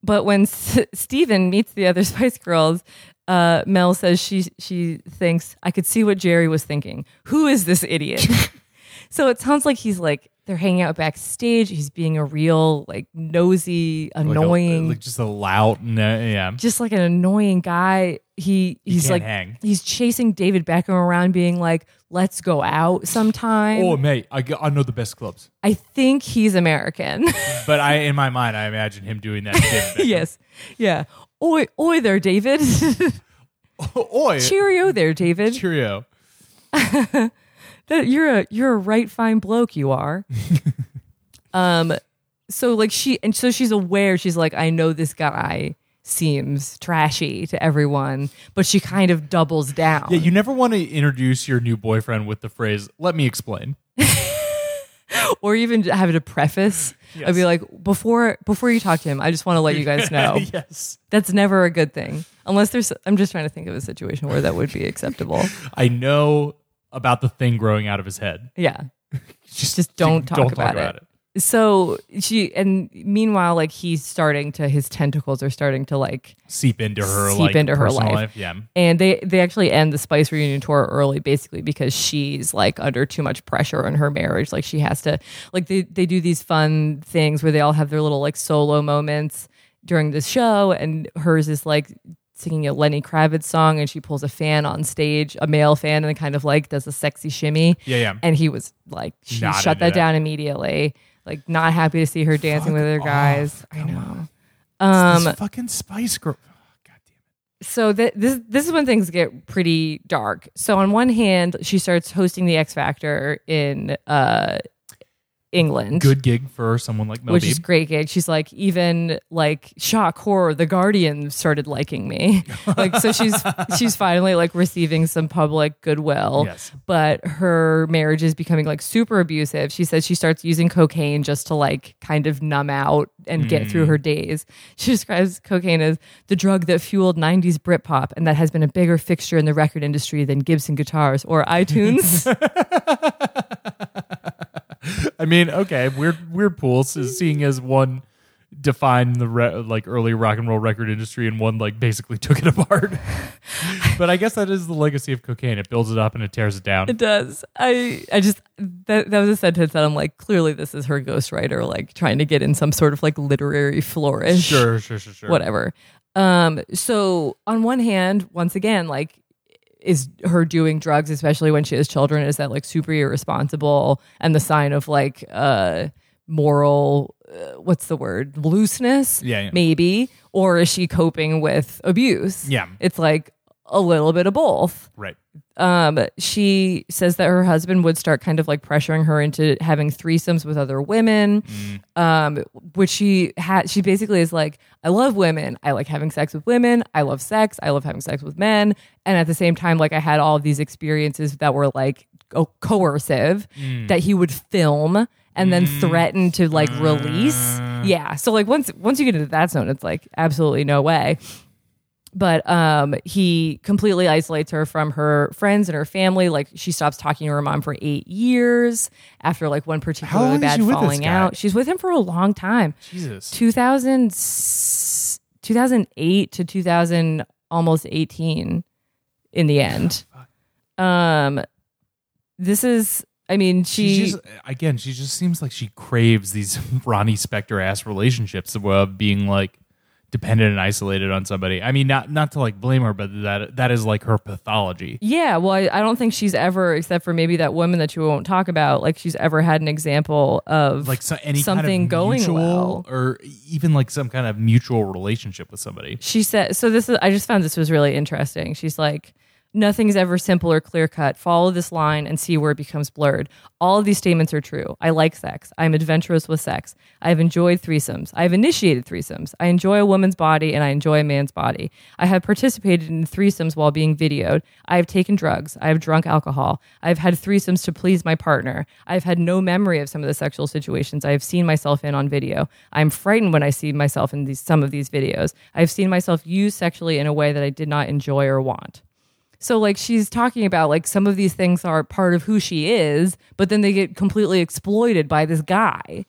S2: but when S- Steven meets the other Spice Girls. Uh, Mel says she she thinks I could see what Jerry was thinking. Who is this idiot? so it sounds like he's like They're hanging out backstage. He's being a real, like, nosy,
S1: Like a-
S2: annoying,
S1: like just a loud, no, yeah.
S2: just like an annoying guy. He he's
S1: can't
S2: like
S1: hang.
S2: he's chasing David Beckham around, being like, "Let's go out sometime."
S1: Oh, mate, I, g- I know the best clubs,
S2: I think he's American.
S1: but I in my mind I imagine him doing that. to David Beckham.
S2: yes, yeah. Oi, oi there, David.
S1: Oi,
S2: Cheerio there, David.
S1: cheerio.
S2: that you're a you're a right fine bloke you are um so like she and so she's aware she's like i know this guy seems trashy to everyone but she kind of doubles down
S1: Yeah, you never want to introduce your new boyfriend with the phrase "Let me explain."
S2: or even have it a preface i'd be
S1: Yes.
S2: like before before you talk to him i just want to let you guys
S1: Oh.
S2: know
S1: yes,
S2: that's never a good thing unless there's i'm just trying to think of a situation where that would be acceptable
S1: I know about the thing growing out of his head.
S2: yeah just don't talk, about, it. so she and meanwhile like he's starting to his tentacles are starting to like
S1: Seep into her,
S2: Seep
S1: like,
S2: into her
S1: personal
S2: life.
S1: Yeah,
S2: And they they actually end the Spice reunion tour early, basically because she's like under too much pressure in her marriage. Like she has to like they they do these fun things where they all have their little like solo moments during the show, and hers is like singing a Lenny Kravitz song, and she pulls a fan on stage, a male fan, and kind of like does a sexy shimmy.
S1: yeah, yeah.
S2: And he was like, she
S1: Not
S2: shut
S1: into
S2: that
S1: that.
S2: down immediately. Like not happy to see her dancing with other guys. I know.
S1: It's
S2: Um,
S1: this fucking Spice Girl. Oh, God damn it.
S2: so th- this this is when things get pretty dark. So on one hand, she starts hosting the X Factor in uh, England,
S1: Good gig for someone like Mel
S2: which
S1: B.
S2: is great gig. She's like, even like shock horror, The Guardian started liking me. like so, she's she's finally like receiving some public goodwill.
S1: Yes.
S2: But her marriage is becoming like super abusive. She says she starts using cocaine just to like kind of numb out and get
S1: Mm.
S2: through her days. She describes cocaine as the drug that fueled 90s Britpop and that has been a bigger fixture in the record industry than Gibson guitars or iTunes.
S1: I mean, okay, weird, weird pools is seeing as one defined the re- like early rock and roll record industry, and one like basically took it apart. but I guess that is the legacy of cocaine. It builds it up and it tears it down.
S2: It does. I I just that that was a sentence that I'm like, clearly this is her ghostwriter, like trying to get in some sort of like literary flourish.
S1: Sure, sure, sure, sure.
S2: Whatever. Um, so on one hand, once again, like is her doing drugs, especially when she has children, is that like super irresponsible and the sign of like uh moral uh, what's the word looseness
S1: Yeah, yeah.
S2: maybe or is she coping with abuse
S1: Yeah.
S2: it's like a little bit of both
S1: Right.
S2: um, she says that her husband would start kind of like pressuring her into having threesomes with other women, um, which she had. She basically is like, I love women. I like having sex with women. I love sex. I love having sex with men. And at the same time, like I had all of these experiences that were like co- coercive that he would film and then threaten to like release. Yeah. So like once once you get into that zone, it's like absolutely no way but um, he completely isolates her from her friends and her family. Like she stops talking to her mom for eight years after like one
S1: How long is
S2: particularly bad
S1: she with this
S2: falling
S1: guy?
S2: out. She's with him for a long time.
S1: Jesus.
S2: 2000, 2008 to 2000, almost 18 in the end. Um, this is, I mean, she,
S1: She just, again, she just seems like she craves these Ronnie Spector ass relationships of being like dependent and isolated on somebody. I mean, not not to like blame her, but that that is like her pathology.
S2: Yeah, well, I, I don't think she's ever, except for maybe that woman that you won't talk about, like she's ever had an example of
S1: Like so, any
S2: something
S1: kind of
S2: going
S1: mutual
S2: well.
S1: or even like some kind of mutual relationship with somebody.
S2: She said, so this is, I just found this was really interesting. She's like, nothing's ever simple or clear cut. Follow this line and see where it becomes blurred. All of these statements are true. I like sex. I'm adventurous with sex. I've enjoyed threesomes. I've initiated threesomes. I enjoy a woman's body and I enjoy a man's body. I have participated in threesomes while being videoed. I have taken drugs. I have drunk alcohol. I've had threesomes to please my partner. I've had no memory of some of the sexual situations I have seen myself in on video. I'm frightened when I see myself in these, some of these videos. I've seen myself used sexually in a way that I did not enjoy or want. So, like, she's talking about like some of these things are part of who she is, but then they get completely exploited by this guy.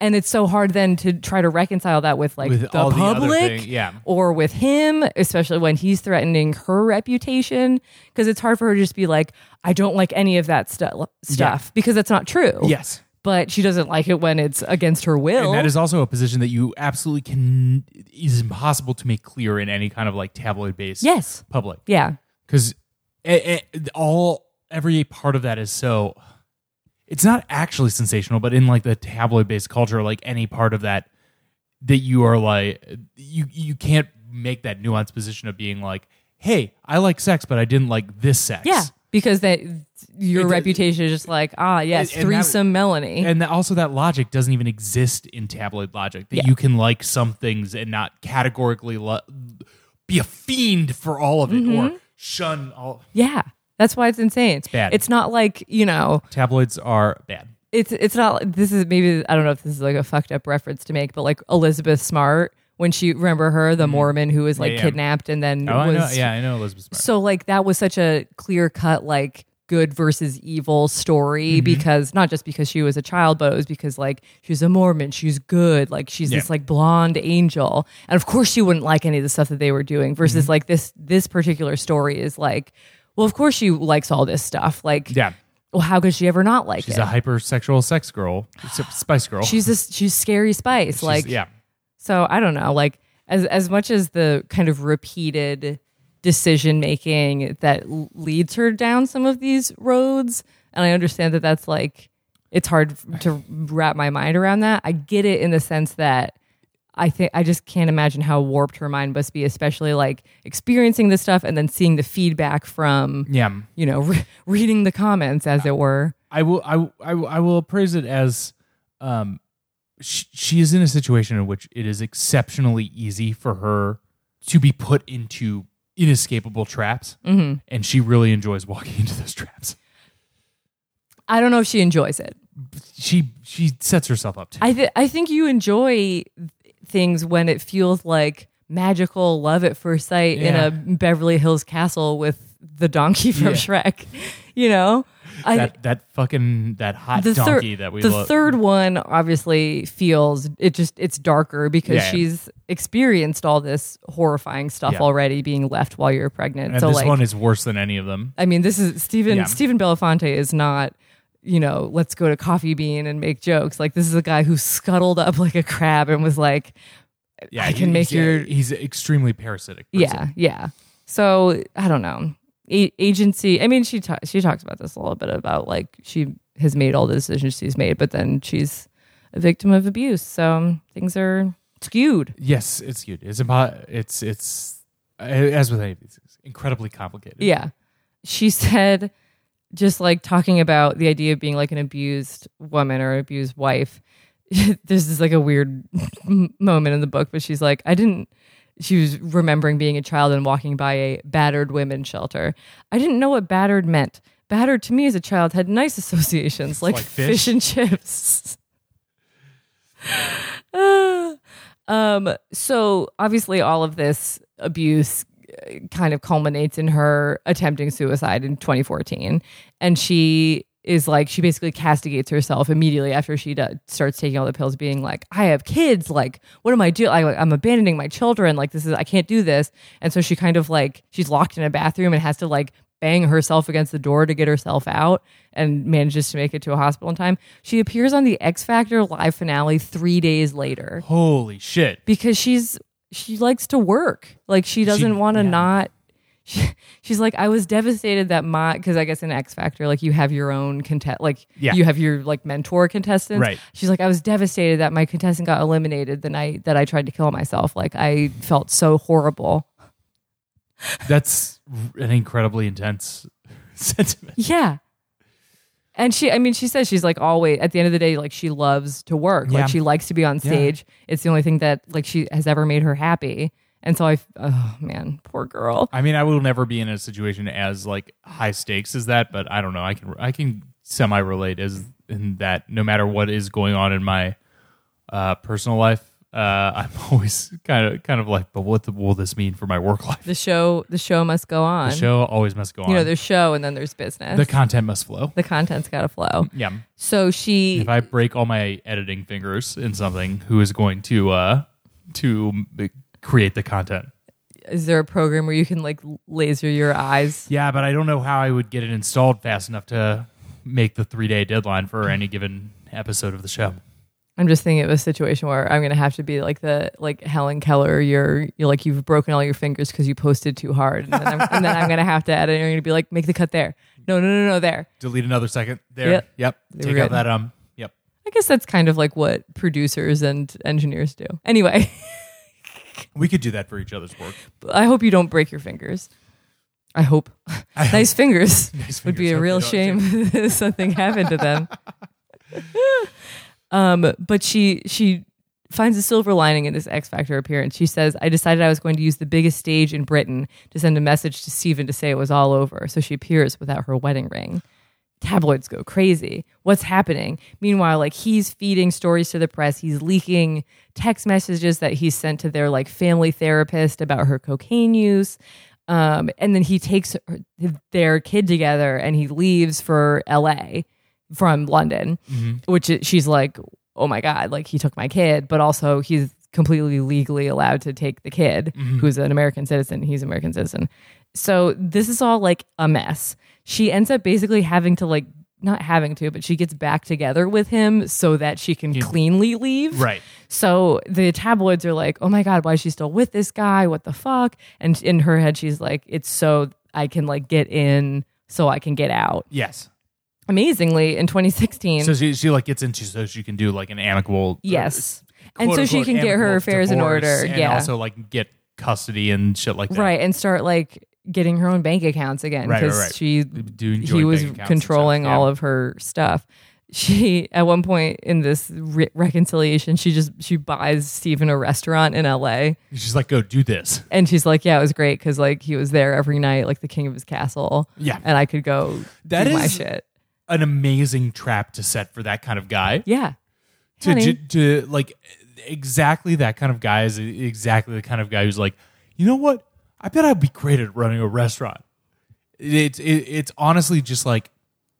S2: And it's so hard then to try to reconcile that with like
S1: With
S2: the
S1: all the other
S2: public
S1: thing- yeah.
S2: or with him, especially when he's threatening her reputation, because it's hard for her to just be like, I don't like any of that stu- stuff because that's not true.
S1: Yes.
S2: but she doesn't like it when it's against her will.
S1: And that is also a position that you absolutely can is impossible to make clear in any kind of like tabloid based
S2: Yes.
S1: public
S2: yeah.
S1: because all every part of that is so it's not actually sensational but in like the tabloid based culture like any part of that that you are like you you can't make that nuanced position of being like hey i like sex but i didn't like this sex
S2: Yeah. Because that your
S1: It-
S2: reputation is just like, ah, yes,
S1: And- and that-
S2: threesome Melanie.
S1: and that also that logic doesn't even exist in tabloid logic that
S2: Yeah.
S1: you can like some things and not categorically lo- be a fiend for all of it
S2: Mm-hmm.
S1: or shun all
S2: yeah. That's why it's insane. It's
S1: bad.
S2: It's not like, you know,
S1: tabloids are bad
S2: it's it's not this is maybe I don't know if this is like a fucked up reference to make, but like Elizabeth Smart when she remember her, the Mormon who was like
S1: Mm-hmm. Yeah, yeah.
S2: kidnapped and then
S1: oh i
S2: was
S1: know yeah i know elizabeth smart
S2: So like that was such a clear cut like good versus evil story
S1: Mm-hmm.
S2: because not just because she was a child, but it was because like she's a Mormon, she's good, like she's
S1: Yeah.
S2: this like blonde angel, and of course she wouldn't like any of the stuff that they were doing. Versus
S1: Mm-hmm.
S2: like this this particular story is like, well, of course she likes all this stuff. Like,
S1: Yeah.
S2: well, how could she ever not like
S1: She's
S2: it?
S1: a hypersexual sex girl, s- spice girl.
S2: she's a, she's scary spice.
S1: She's-
S2: like,
S1: yeah,
S2: so I don't know, like as as much as the kind of repeated decision making that l- leads her down some of these roads, and I understand that that's like it's hard f- to wrap my mind around that. I get it in the sense that I think I just can't imagine how warped her mind must be, especially like experiencing this stuff and then seeing the feedback from
S1: yeah.
S2: you know re- reading the comments as it were.
S1: I will, I, will- I, will- I will appraise it as, um, she, she is in a situation in which it is exceptionally easy for her to be put into inescapable traps,
S2: Mm-hmm.
S1: and she really enjoys walking into those traps.
S2: I don't know if she enjoys it.
S1: She she sets herself up to.
S2: I th- I think you enjoy things when it feels like magical love at first sight
S1: Yeah.
S2: in a Beverly Hills castle with the donkey from
S1: Yeah.
S2: Shrek. You know, I
S1: that that fucking that hot
S2: the third
S1: donkey that we
S2: the
S1: love.
S2: third one obviously feels it just it's darker because
S1: Yeah.
S2: she's experienced all this horrifying stuff
S1: Yeah.
S2: already being left while you're pregnant.
S1: and
S2: so
S1: this
S2: like
S1: one is worse than any of them.
S2: I mean, this is Stephen
S1: Yeah.
S2: Stephen Belafonte is not, you know, let's go to Coffee Bean and make jokes. Like this is a guy who scuttled up like a crab and was like,
S1: Yeah,
S2: I can make
S1: he's-
S2: your-
S1: He's an extremely parasitic. person.
S2: yeah, yeah. So I don't know. A- agency. I mean, she ta- she talks about this a little bit about like she has made all the decisions she's made, but then she's a victim of abuse. So things are skewed.
S1: Yes, it's cute. It's impo- It's it's uh, as with any of these things, incredibly complicated.
S2: Yeah. She said, just like talking about the idea of being like an abused woman or abused wife. There's this like a weird moment in the book, but she's like, I didn't. She was remembering being a child and walking by a battered women's shelter. I didn't know what battered meant. Battered to me as a child had nice associations like,
S1: like
S2: fish.
S1: fish.
S2: and chips. Ah. um, so obviously, all of this abuse uh, kind of culminates in her attempting suicide in 2014, and she is like she basically castigates herself immediately after she do- starts taking all the pills being like i have kids like what am i doing i'm abandoning my children like this is i can't do this and so she kind of like she's locked in a bathroom and has to like bang herself against the door to get herself out and manages to make it to a hospital in time. She appears on the X Factor live finale three days later
S1: Holy shit!
S2: because she's she likes to work. Like she doesn't want to not. She, she's like, I was devastated that my because I guess in X Factor, like you have your own contest, like
S1: Yeah.
S2: you have your like mentor contestants.
S1: Right.
S2: She's like, I was devastated that my contestant got eliminated the night that I tried to kill myself. Like I felt so horrible.
S1: That's an incredibly intense sentiment.
S2: Yeah. And she, I mean, she says she's like always at the end of the day, like she loves to work.
S1: Yeah.
S2: Like she likes to be on stage. It's the only thing that like she has ever made her happy. And so I, oh man, poor girl.
S1: I mean, I will never be in a situation as like high stakes as that, but I don't know. I can I can semi relate as in that no matter what is going on in my uh, personal life, uh, I'm always kind of kind of like, but what the, will this mean for my work life?
S2: The show, the show must go on.
S1: The show always must go on.
S2: You know, there's show and then there's business.
S1: the content must flow.
S2: the content's got to flow.
S1: Yeah.
S2: So she,
S1: if I break all my editing fingers in something, who is going to uh to m- create the content?
S2: is there a program where you can like laser your eyes?
S1: Yeah, but I don't know how I would get it installed fast enough to make the three day deadline for any given episode of the show.
S2: I'm just thinking of a situation where I'm gonna have to be like the like Helen Keller. You're you're like you've broken all your fingers because you posted too hard, and then, I'm, and then I'm gonna have to edit. And you're gonna be like, make the cut there. No, no, no, no, there.
S1: Delete another second there.
S2: Yep.
S1: Yep.
S2: They
S1: Take
S2: were
S1: out
S2: good.
S1: that um. Yep.
S2: I guess that's kind of like what producers and engineers do. Anyway,
S1: We could do that for each other's work.
S2: I hope you don't break your fingers. I hope. nice fingers. Would
S1: fingers.
S2: be a
S1: Hope
S2: real
S1: they
S2: shame
S1: don't
S2: if something happened to them. um, but she she finds a silver lining in this X Factor appearance. She says, "I decided I was going to use the biggest stage in Britain to send a message to Stephen to say it was all over." So she appears without her wedding ring. Tabloids go crazy. What's happening? Meanwhile, like he's feeding stories to the press. He's leaking text messages that he sent to their like family therapist about her cocaine use. Um, and then he takes her, their kid together and he leaves for LA from London, which is, she's like, oh my God, like he took my kid, but also he's completely legally allowed to take the kid who's an American citizen. He's an American citizen. So this is all like a mess. She ends up basically having to like, not having to, but she gets back together with him so that she can cleanly leave.
S1: Right.
S2: So the tabloids are like, "Oh my god, why is she still with this guy? What the fuck?" And in her head, she's like, "It's so I can like get in, so I can get out."
S1: Yes.
S2: Amazingly, in 2016,
S1: So she, she like gets into so she can do like an amicable.
S2: yes,
S1: uh,
S2: and so she
S1: quote-unquote
S2: can get her
S1: amicable
S2: affairs in
S1: divorce
S2: order.
S1: and
S2: yeah,
S1: Also like get custody and shit like that.
S2: right, and start like getting her own bank accounts again
S1: Right,
S2: because
S1: right, right.
S2: she
S1: Doing
S2: he was controlling all of her stuff. She at one point in this re- reconciliation, she just she buys Stephen a restaurant in L.A.
S1: She's like, go do this.
S2: And she's like, yeah, it was great because like he was there every night, like the king of his castle.
S1: Yeah.
S2: and I could go
S1: That
S2: do my
S1: is-
S2: shit.
S1: An amazing trap to set for that kind of guy.
S2: Yeah,
S1: to, to
S2: Honey.
S1: to like exactly that kind of guy is exactly the kind of guy who's like, you know what? I bet I'd be great at running a restaurant. It's it, it's honestly just like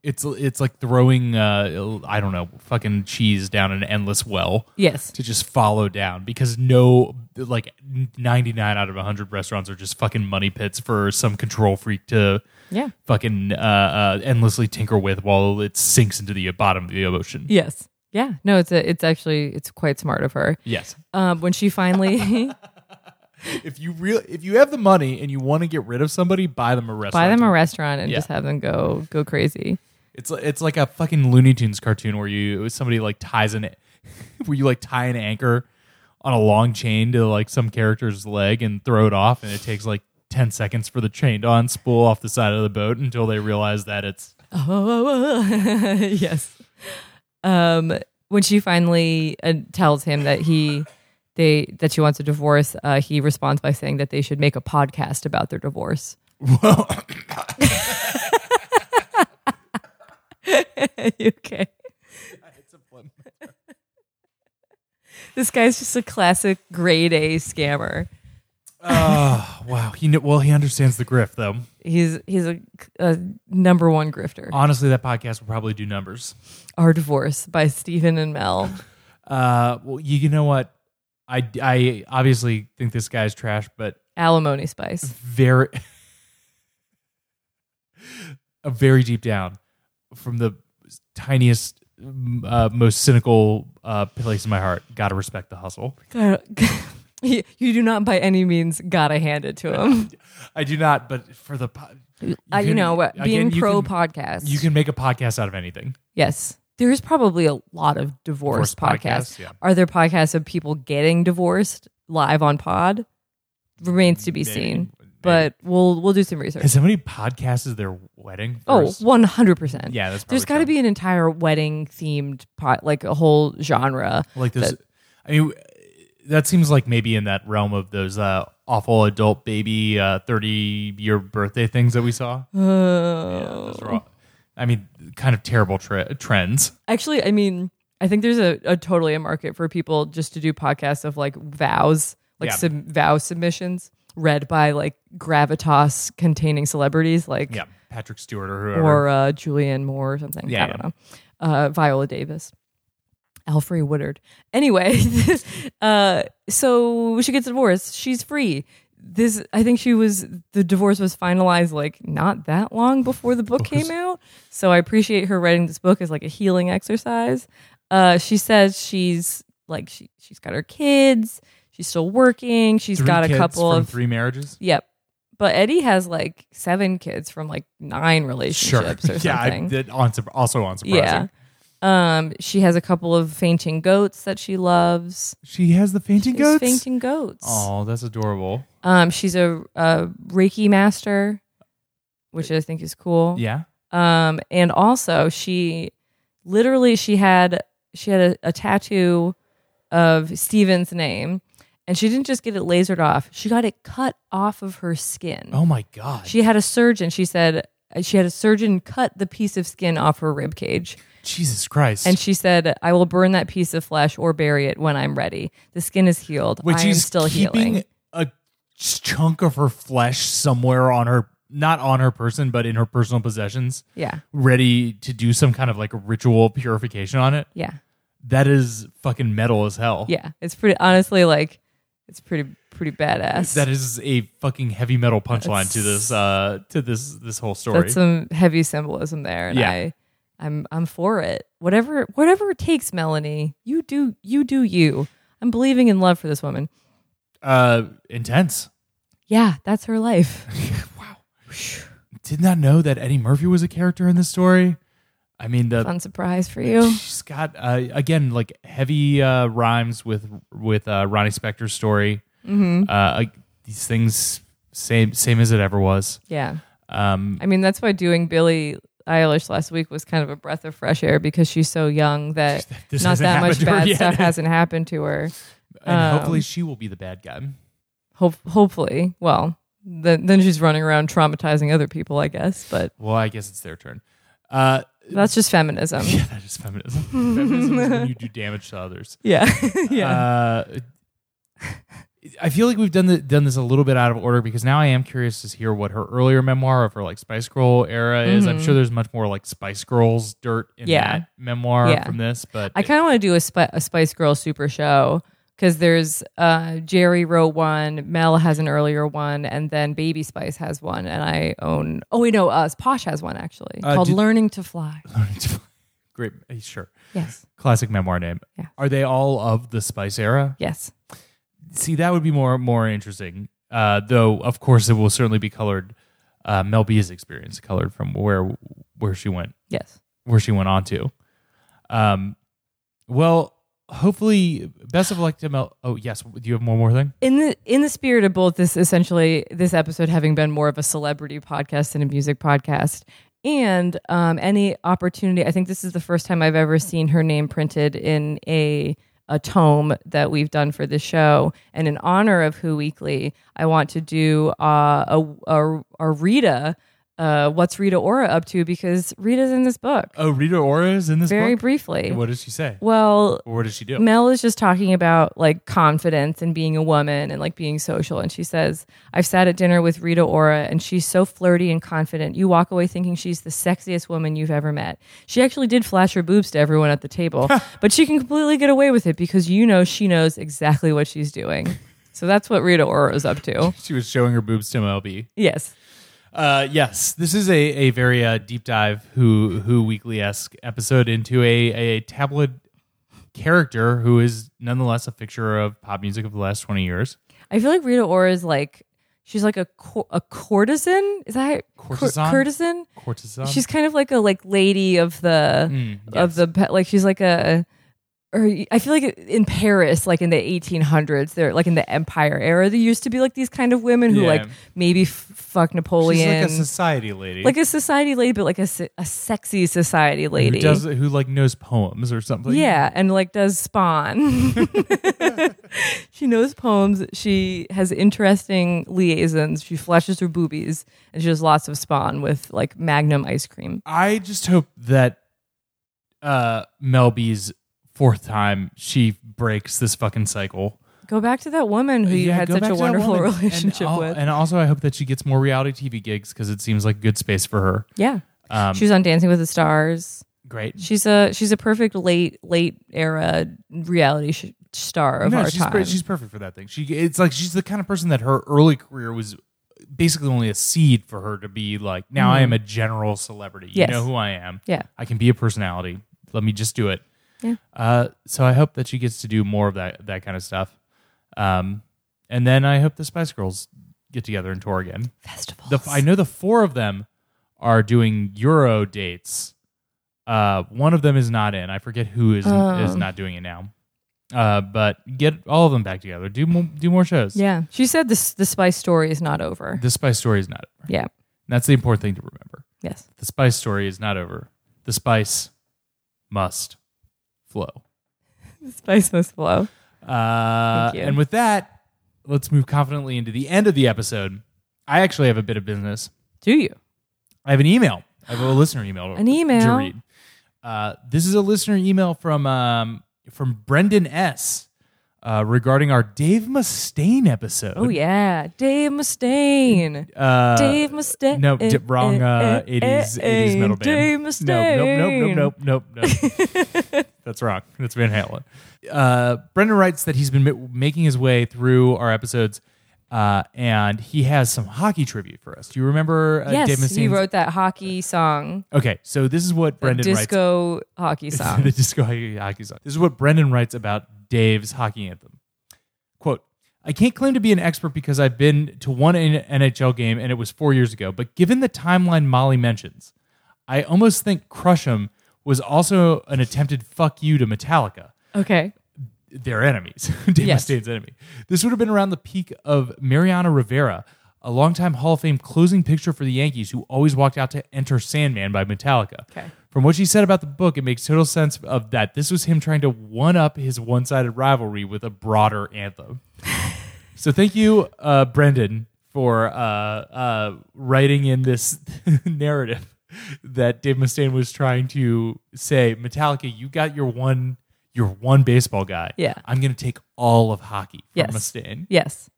S1: it's it's like throwing uh, I don't know fucking cheese down an endless well
S2: yes,
S1: to just follow down because no like 99 out of 100 restaurants are just fucking money pits for some control freak to
S2: Yeah.
S1: fucking uh, uh, endlessly tinker with while it sinks into the bottom of the ocean
S2: yes, yeah. No, it's a, it's actually it's quite smart of her.
S1: yes
S2: Um, when she finally
S1: if you real if you have the money and you want to get rid of somebody, buy them a restaurant.
S2: buy them a restaurant and
S1: Yeah.
S2: just have them go go crazy.
S1: It's li- it's like a fucking Looney Tunes cartoon where you somebody like ties an where you like tie an anchor on a long chain to like some character's leg and throw it off, and it takes like ten seconds for the chain to unspool off the side of the boat until they realize that it's
S2: Oh, yes. Um, when she finally uh, tells him that he they that she wants a divorce, uh, he responds by saying that they should make a podcast about their divorce. You okay. This guy's just a classic grade A scammer.
S1: oh wow he kn- well he understands the grift though.
S2: He's he's a, a number one grifter.
S1: Honestly, that podcast will probably do numbers.
S2: Our divorce by Stephen and Mel.
S1: Uh, well you, you know what. I, I obviously think this guy's trash, but
S2: Alimony spice.
S1: very a very deep down from the tiniest m- uh, most cynical uh, place in my heart gotta respect the hustle
S2: God, you you do not by any means gotta hand it to him.
S1: i do not but for the po- you,
S2: Uh,
S1: Uh,
S2: you
S1: can-
S2: know what? Being
S1: again, you
S2: pro
S1: can-
S2: podcast.
S1: you can make a podcast out of anything
S2: Yes. There is probably a lot of
S1: Divorce
S2: divorce, podcasts.
S1: podcasts, yeah.
S2: Are there podcasts of people getting divorced live on pod? Remains to be
S1: Maybe.
S2: seen.
S1: Maybe.
S2: But we'll we'll do some research.
S1: has somebody podcasted their wedding
S2: Oh,
S1: first?
S2: 100%.
S1: Yeah, that's probably
S2: There's got to
S1: true.
S2: be an entire wedding themed pot, like a whole genre.
S1: like those
S2: that-
S1: i mean that seems like maybe in that realm of those uh, awful adult baby uh, 30 year birthday things that we saw
S2: Oh.
S1: Those are all, I mean, kind of terrible tre- trends.
S2: Actually, I mean, I think there's a, a totally a market for people just to do podcasts of like vows, like
S1: Yeah.
S2: sub- vow submissions read by like gravitas containing celebrities like
S1: Yeah, Patrick Stewart or whoever.
S2: or uh, Julianne Moore or something.
S1: Yeah,
S2: I don't
S1: yeah.
S2: know. Uh, Viola Davis. Alfred Woodard. Anyway, uh, so she gets divorced. She's free. This, I think she was, the divorce was finalized like not that long before the book came out. So I appreciate her writing this book as like a healing exercise. Uh, she says she's like she she's got her kids. She's still working. She's
S1: Three
S2: got a
S1: kids
S2: couple
S1: from
S2: of
S1: three marriages.
S2: Yep. But Eddie has like seven kids from like nine relationships or
S1: yeah, I
S2: something.
S1: did, unsu- also unsurprising.
S2: yeah. Um, she has a couple of fainting goats that she loves.
S1: She has the fainting
S2: She has
S1: goats.
S2: Fainting goats.
S1: Oh, that's adorable.
S2: Um, she's a, a Reiki master, which I think is cool.
S1: Yeah.
S2: Um, and also she literally she had she had a, a tattoo of Steven's name, and she didn't just get it lasered off; she got it cut off of her skin.
S1: Oh my god.
S2: She had a surgeon. She said uh, she had a surgeon cut the piece of skin off her rib cage.
S1: Jesus Christ.
S2: And she said, I will burn that piece of flesh or bury it when I'm ready. The skin is healed.
S1: Which
S2: I am
S1: is
S2: still
S1: keeping
S2: healing.
S1: a chunk of her flesh somewhere on her, not on her person, but in her personal possessions,
S2: Yeah.
S1: ready to do some kind of like ritual purification on it.
S2: Yeah.
S1: That is fucking metal as hell.
S2: Yeah. It's pretty, honestly, like, it's pretty, pretty badass.
S1: That is a fucking heavy metal punchline to this uh to this this whole story.
S2: That's some heavy symbolism there. And
S1: Yeah.
S2: I, I'm, I'm for it. Whatever, whatever it takes, Melanie, you do, you do you. I'm believing in love for this woman.
S1: uh intense.
S2: Yeah. That's her life.
S1: Did not know that Eddie Murphy was a character in this story. I mean the
S2: Fun surprise for you.
S1: She's got uh, again like heavy uh, rhymes with with uh, Ronnie Spector's story.
S2: Mm-hmm.
S1: Uh, I- these things same same as it ever was.
S2: Yeah.
S1: Um,
S2: I mean, that's why doing Billie Eilish last week was kind of a breath of fresh air because she's so young that
S1: This
S2: not
S1: hasn't
S2: that
S1: happened
S2: much
S1: to her
S2: bad
S1: yet.
S2: stuff hasn't happened to her.
S1: and
S2: um,
S1: hopefully she will be the bad guy.
S2: Hope, hopefully, well, then then she's running around traumatizing other people, I guess. But
S1: Well, I guess it's their turn. Uh,
S2: that's just feminism.
S1: yeah, that is feminism. feminism is when you do damage to others.
S2: Yeah, yeah.
S1: Uh, I feel like we've done the, done this a little bit out of order because now I am curious to hear what her earlier memoir of her like Spice Girl era is. I'm sure there's much more like Spice Girls dirt in
S2: Mm-hmm. Yeah.
S1: that memoir
S2: Yeah.
S1: from this, but
S2: I kind of want to do a, Spi- a Spice Girl super show because there's uh, Jerry wrote one, Mel has an earlier one, and then Baby Spice has one, and I own. Oh wait, no, uh, Posh has one actually
S1: Uh,
S2: called
S1: did-
S2: Learning to Fly.
S1: great, eh, sure,
S2: Yes,
S1: classic memoir name.
S2: Yeah.
S1: Are they all of the Spice era?
S2: yes,
S1: See, that would be more more interesting. Uh, though, of course, it will certainly be colored. Uh, Mel B is experience colored from where where she went
S2: yes.
S1: where she went on to. Um, well, hopefully, best of luck to Mel. Oh, yes, do you have one more thing?
S2: in the in the spirit of both this essentially this episode having been more of a celebrity podcast than a music podcast and um, any opportunity i think this is the first time i've ever seen her name printed in a a tome that we've done for the show and in honor of who weekly i want to do uh, a, a, a rita uh, what's rita ora up to because rita's in this book
S1: Oh, Rita Ora is in this
S2: very
S1: book.
S2: briefly
S1: What does she say?
S2: well
S1: Or what does she do?
S2: Mel is just talking about like confidence and being a woman and like being social. And she says, I've sat at dinner with Rita Ora and she's so flirty and confident. You walk away thinking she's the sexiest woman you've ever met. She actually did flash her boobs to everyone at the table, but she can completely get away with it because you know she knows exactly what she's doing. So that's what Rita Ora is up to.
S1: she was showing her boobs to MLB.
S2: Yes.
S1: Uh, yes, this is a, a very uh, deep dive who who weekly esque episode into a a tabloid character who is nonetheless a fixture of pop music of the last twenty years.
S2: I feel like Rita Ora is like, she's like a, co- a courtesan. Is that cor-
S1: Courtesan?
S2: courtesan?
S1: Cortezan.
S2: she's kind of like a like lady of the
S1: Mm,
S2: of the pe- like she's like a or I feel like in Paris, like in the 1800s, they're like in the Empire era, there used to be like these kind of women who
S1: Yeah.
S2: like maybe f- fuck
S1: She's
S2: Napoleon,
S1: like a society lady,
S2: Like a society lady, but like a, se- a sexy society lady.
S1: who does who like knows poems or something.
S2: Yeah, and like does Spawn. she knows poems. She has interesting liaisons. She flashes her boobies, and she does lots of Spawn with like Magnum ice cream.
S1: I just hope that uh Mel B's fourth time she breaks this fucking cycle.
S2: Go back to that woman who you
S1: Yeah,
S2: had
S1: go
S2: such
S1: back
S2: a
S1: to that
S2: wonderful
S1: woman. And
S2: relationship
S1: al-
S2: with.
S1: And also I hope that she gets more reality TV gigs because it seems like good space for her.
S2: yeah,
S1: Um
S2: she was on Dancing with the Stars.
S1: great.
S2: She's a she's a perfect late late era reality sh- star of
S1: no,
S2: our
S1: she's,
S2: time.
S1: per- she's perfect for that thing. She it's like she's the kind of person that her early career was basically only a seed for her to be like, now I am a general celebrity.
S2: Mm-hmm. Yes.
S1: You know who I am.
S2: Yeah.
S1: I can be a personality. Let me just do it.
S2: Yeah.
S1: Uh, so I hope that she gets to do more of that that kind of stuff. Um, and then I hope the Spice Girls get together and tour again.
S2: Festivals.
S1: The, I know the four of them are doing Euro dates. Uh, one of them is not in. I forget who is
S2: Oh.
S1: is not doing it now. Uh, but get all of them back together. Do mo- do more shows.
S2: yeah. She said this the spice story is not over.
S1: The Spice story is not over.
S2: yeah.
S1: That's the important thing to remember.
S2: Yes.
S1: The Spice story is not over. The Spice must flow.
S2: The spice must flow.
S1: Uh,
S2: Thank you.
S1: And with that, let's move confidently into the end of the episode. I actually have a bit of business.
S2: Do you?
S1: I have an email. I have a listener email.
S2: An email?
S1: to read. Uh, this is a listener email from um, from Brendan S. Uh, regarding our Dave Mustaine episode.
S2: Oh yeah. Dave Mustaine.
S1: Uh,
S2: Dave Mustaine.
S1: No, di- wrong. Uh,
S2: Eh, eh,
S1: eighties,
S2: eh,
S1: eighties metal band.
S2: Dave Mustaine.
S1: No, nope, nope, nope, nope, nope. That's wrong. That's Van Halen. Uh, Brendan writes that he's been ma- making his way through our episodes, uh, and he has some hockey tribute for us. Do you remember uh, Dave
S2: Yes,
S1: Mustaine's?
S2: he wrote that hockey song,
S1: okay, so this is what Brendan writes.
S2: disco hockey song.
S1: the disco hockey, hockey song. This is what Brendan writes about Dave's hockey anthem. Quote, I can't claim to be an expert because I've been to one N- NHL game and it was four years ago, but given the timeline Molly mentions, I almost think Crush 'em was also an attempted fuck you to Metallica
S2: okay.
S1: their enemies, Dave
S2: Yes.
S1: Mustaine's enemy. This would have been around the peak of Mariana Rivera, a longtime Hall of Fame closing picture for the Yankees, who always walked out to "Enter Sandman" by Metallica.
S2: Okay.
S1: From what she said about the book, it makes total sense of that this was him trying to one up his one-sided rivalry with a broader anthem. so thank you, uh, Brendan, for uh, uh, writing in this narrative that Dave Mustaine was trying to say, Metallica, you got your one, your one baseball guy.
S2: Yeah.
S1: I'm going to take all of hockey from
S2: Yes.
S1: Mustaine.
S2: Yes.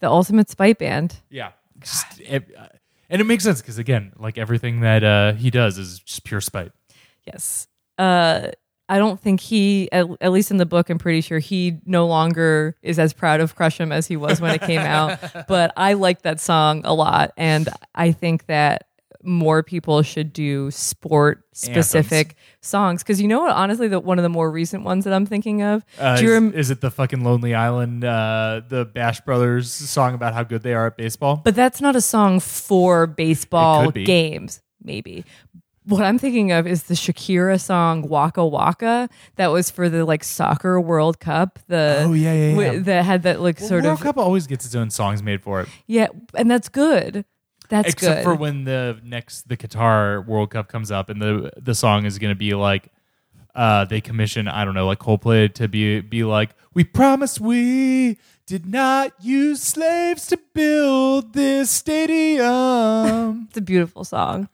S2: The ultimate spite band.
S1: Yeah. Just, ev- uh, and it makes sense because again, like everything that uh, he does is just pure spite.
S2: Yes. Uh, I don't think he, at, at least in the book, I'm pretty sure he no longer is as proud of Crush 'em as he was when it came out. But I like that song a lot. And I think that more people should do sport specific songs. Because you know what? Honestly, the, one of the more recent ones that I'm thinking of.
S1: Uh,
S2: do you
S1: is,
S2: rem-
S1: is it the fucking Lonely Island, uh, the Bash Brothers song about how good they are at baseball?
S2: But that's not a song for
S1: It
S2: baseball
S1: could be.
S2: games, maybe. What I'm thinking of is the Shakira song Waka Waka that was for the like soccer World Cup. The
S1: Oh, yeah, yeah, yeah.
S2: wi- that had that like sort
S1: World
S2: of
S1: Cup always gets its own songs made for it,
S2: yeah, and that's good. That's
S1: except
S2: good.
S1: for when the next the Qatar World Cup comes up and the the song is going to be like uh, they commission I don't know like Coldplay to be be like we promise we did not use slaves to build this stadium.
S2: it's a beautiful song.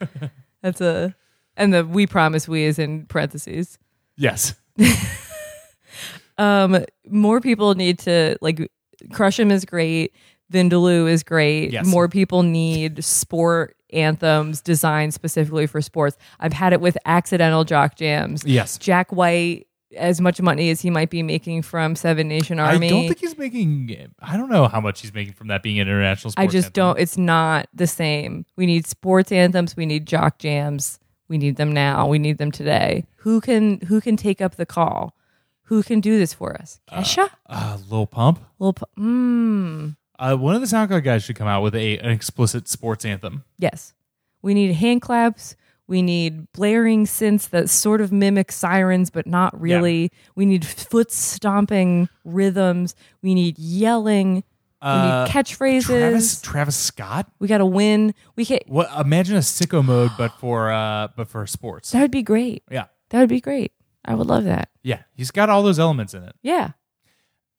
S2: that's a and the we promise we is in parentheses.
S1: yes,
S2: um more people need to like crush 'Em is great vindaloo is great
S1: Yes.
S2: more people need sport anthems designed specifically for sports i've had it with accidental jock jams
S1: yes.
S2: jack white as much money as he might be making from seven nation army
S1: I don't think he's making. I don't know how much he's making from that being an international.
S2: I
S1: Sports
S2: just
S1: anthem.
S2: don't it's not the same we need sports anthems we need jock jams we need them now we need them today who can who can take up the call who can do this for us kesha
S1: Uh, Lil Pump.
S2: Lil Pu- mm.
S1: Uh, one of the SoundCloud guys should come out with a an explicit sports anthem.
S2: Yes. We need hand claps. We need blaring synths that sort of mimic sirens, but not really. We need foot stomping rhythms. We need yelling.
S1: Uh,
S2: we need catchphrases.
S1: Travis Travis Scott.
S2: we got to win. We can-
S1: What? Imagine a sicko mode, but for uh, but for sports.
S2: That would be great.
S1: Yeah,
S2: That would be great. I would love that.
S1: yeah. He's got all those elements in it.
S2: Yeah.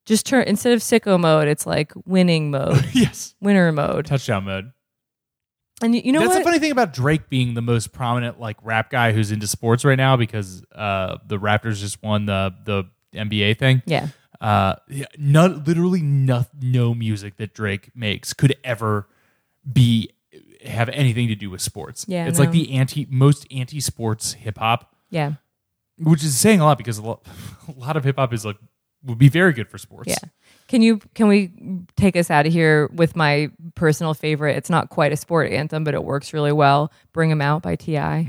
S2: Just turn instead of sicko mode, it's like winning mode,
S1: yes,
S2: winner mode.
S1: touchdown mode.
S2: And you, you know
S1: That's
S2: what?
S1: the funny thing about Drake being the most prominent like rap guy who's into sports right now because uh, the Raptors just won the the NBA thing.
S2: yeah.
S1: uh yeah, not literally no, no music that Drake makes could ever be have anything to do with sports.
S2: Yeah,
S1: it's
S2: no.
S1: like the anti most anti sports hip hop,
S2: Yeah.
S1: which is saying a lot because a lot, a lot of hip hop is like would be very good for sports.
S2: Yeah. Can you can we take us out of here with my personal favorite? It's not quite a sport anthem, but it works really well. Bring 'em out by Ti.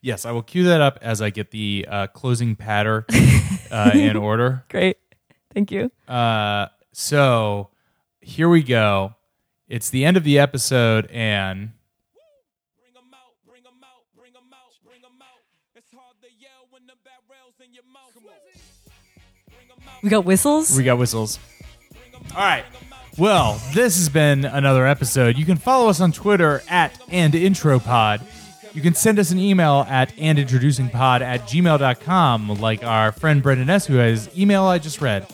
S1: Yes, I will cue that up as I get the uh, closing patter uh, in order.
S2: Great, thank you.
S1: Uh, so here we go. It's the end of the episode, and
S8: Bring 'em out, bring 'em out, bring 'em out, bring 'em out. It's hard to yell when the barrel's in your mouth. Come on.
S2: We got whistles.
S1: we got whistles. All right. Well, this has been another episode. You can follow us on Twitter at and intropod. You can send us an email at andintroducingpod at gmail.com, like our friend Brendan S., who has email I just read.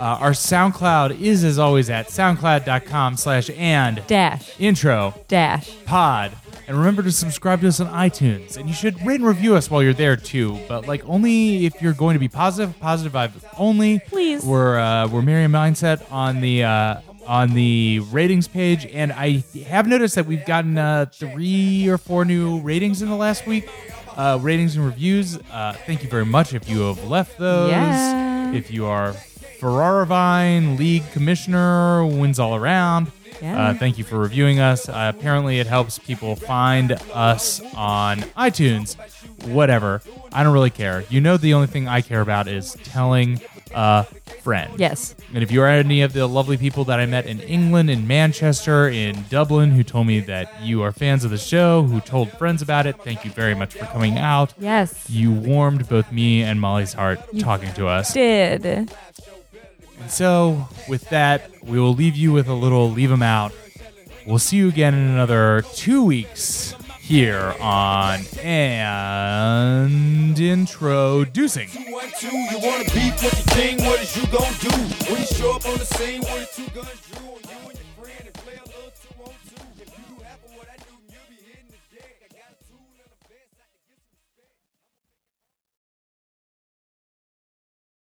S1: Uh, our SoundCloud is, as always, at soundcloud.com slash and
S2: dash
S1: intro
S2: dash.
S1: pod. And remember to subscribe to us on iTunes. And you should rate and review us while you're there too, but like only if you're going to be positive, positive vibes only.
S2: Please.
S1: We're uh, we're Merry Mindset on the uh, on the ratings page, and I have noticed that we've gotten uh, three or four new ratings in the last week. Uh, ratings and reviews. Uh, thank you very much if you have left those.
S2: Yeah.
S1: If you are Ferraravine League Commissioner, wins all around.
S2: Yeah.
S1: Uh, thank you for reviewing us. Uh, apparently, it helps people find us on iTunes. Whatever. I don't really care. You know, the only thing I care about is telling a friend.
S2: Yes.
S1: And if you are any of the lovely people that I met in England, in Manchester, in Dublin, who told me that you are fans of the show, who told friends about it, thank you very much for coming out.
S2: Yes.
S1: You warmed both me and Molly's heart talking to us.
S2: Did.
S1: And so, with that, we will leave you with a little leave 'em out. We'll see you again in another two weeks here on And Introducing.
S8: You want to, you wanna beef with the king, what is you gonna do? When you show up on the scene, what is two guns drew on you?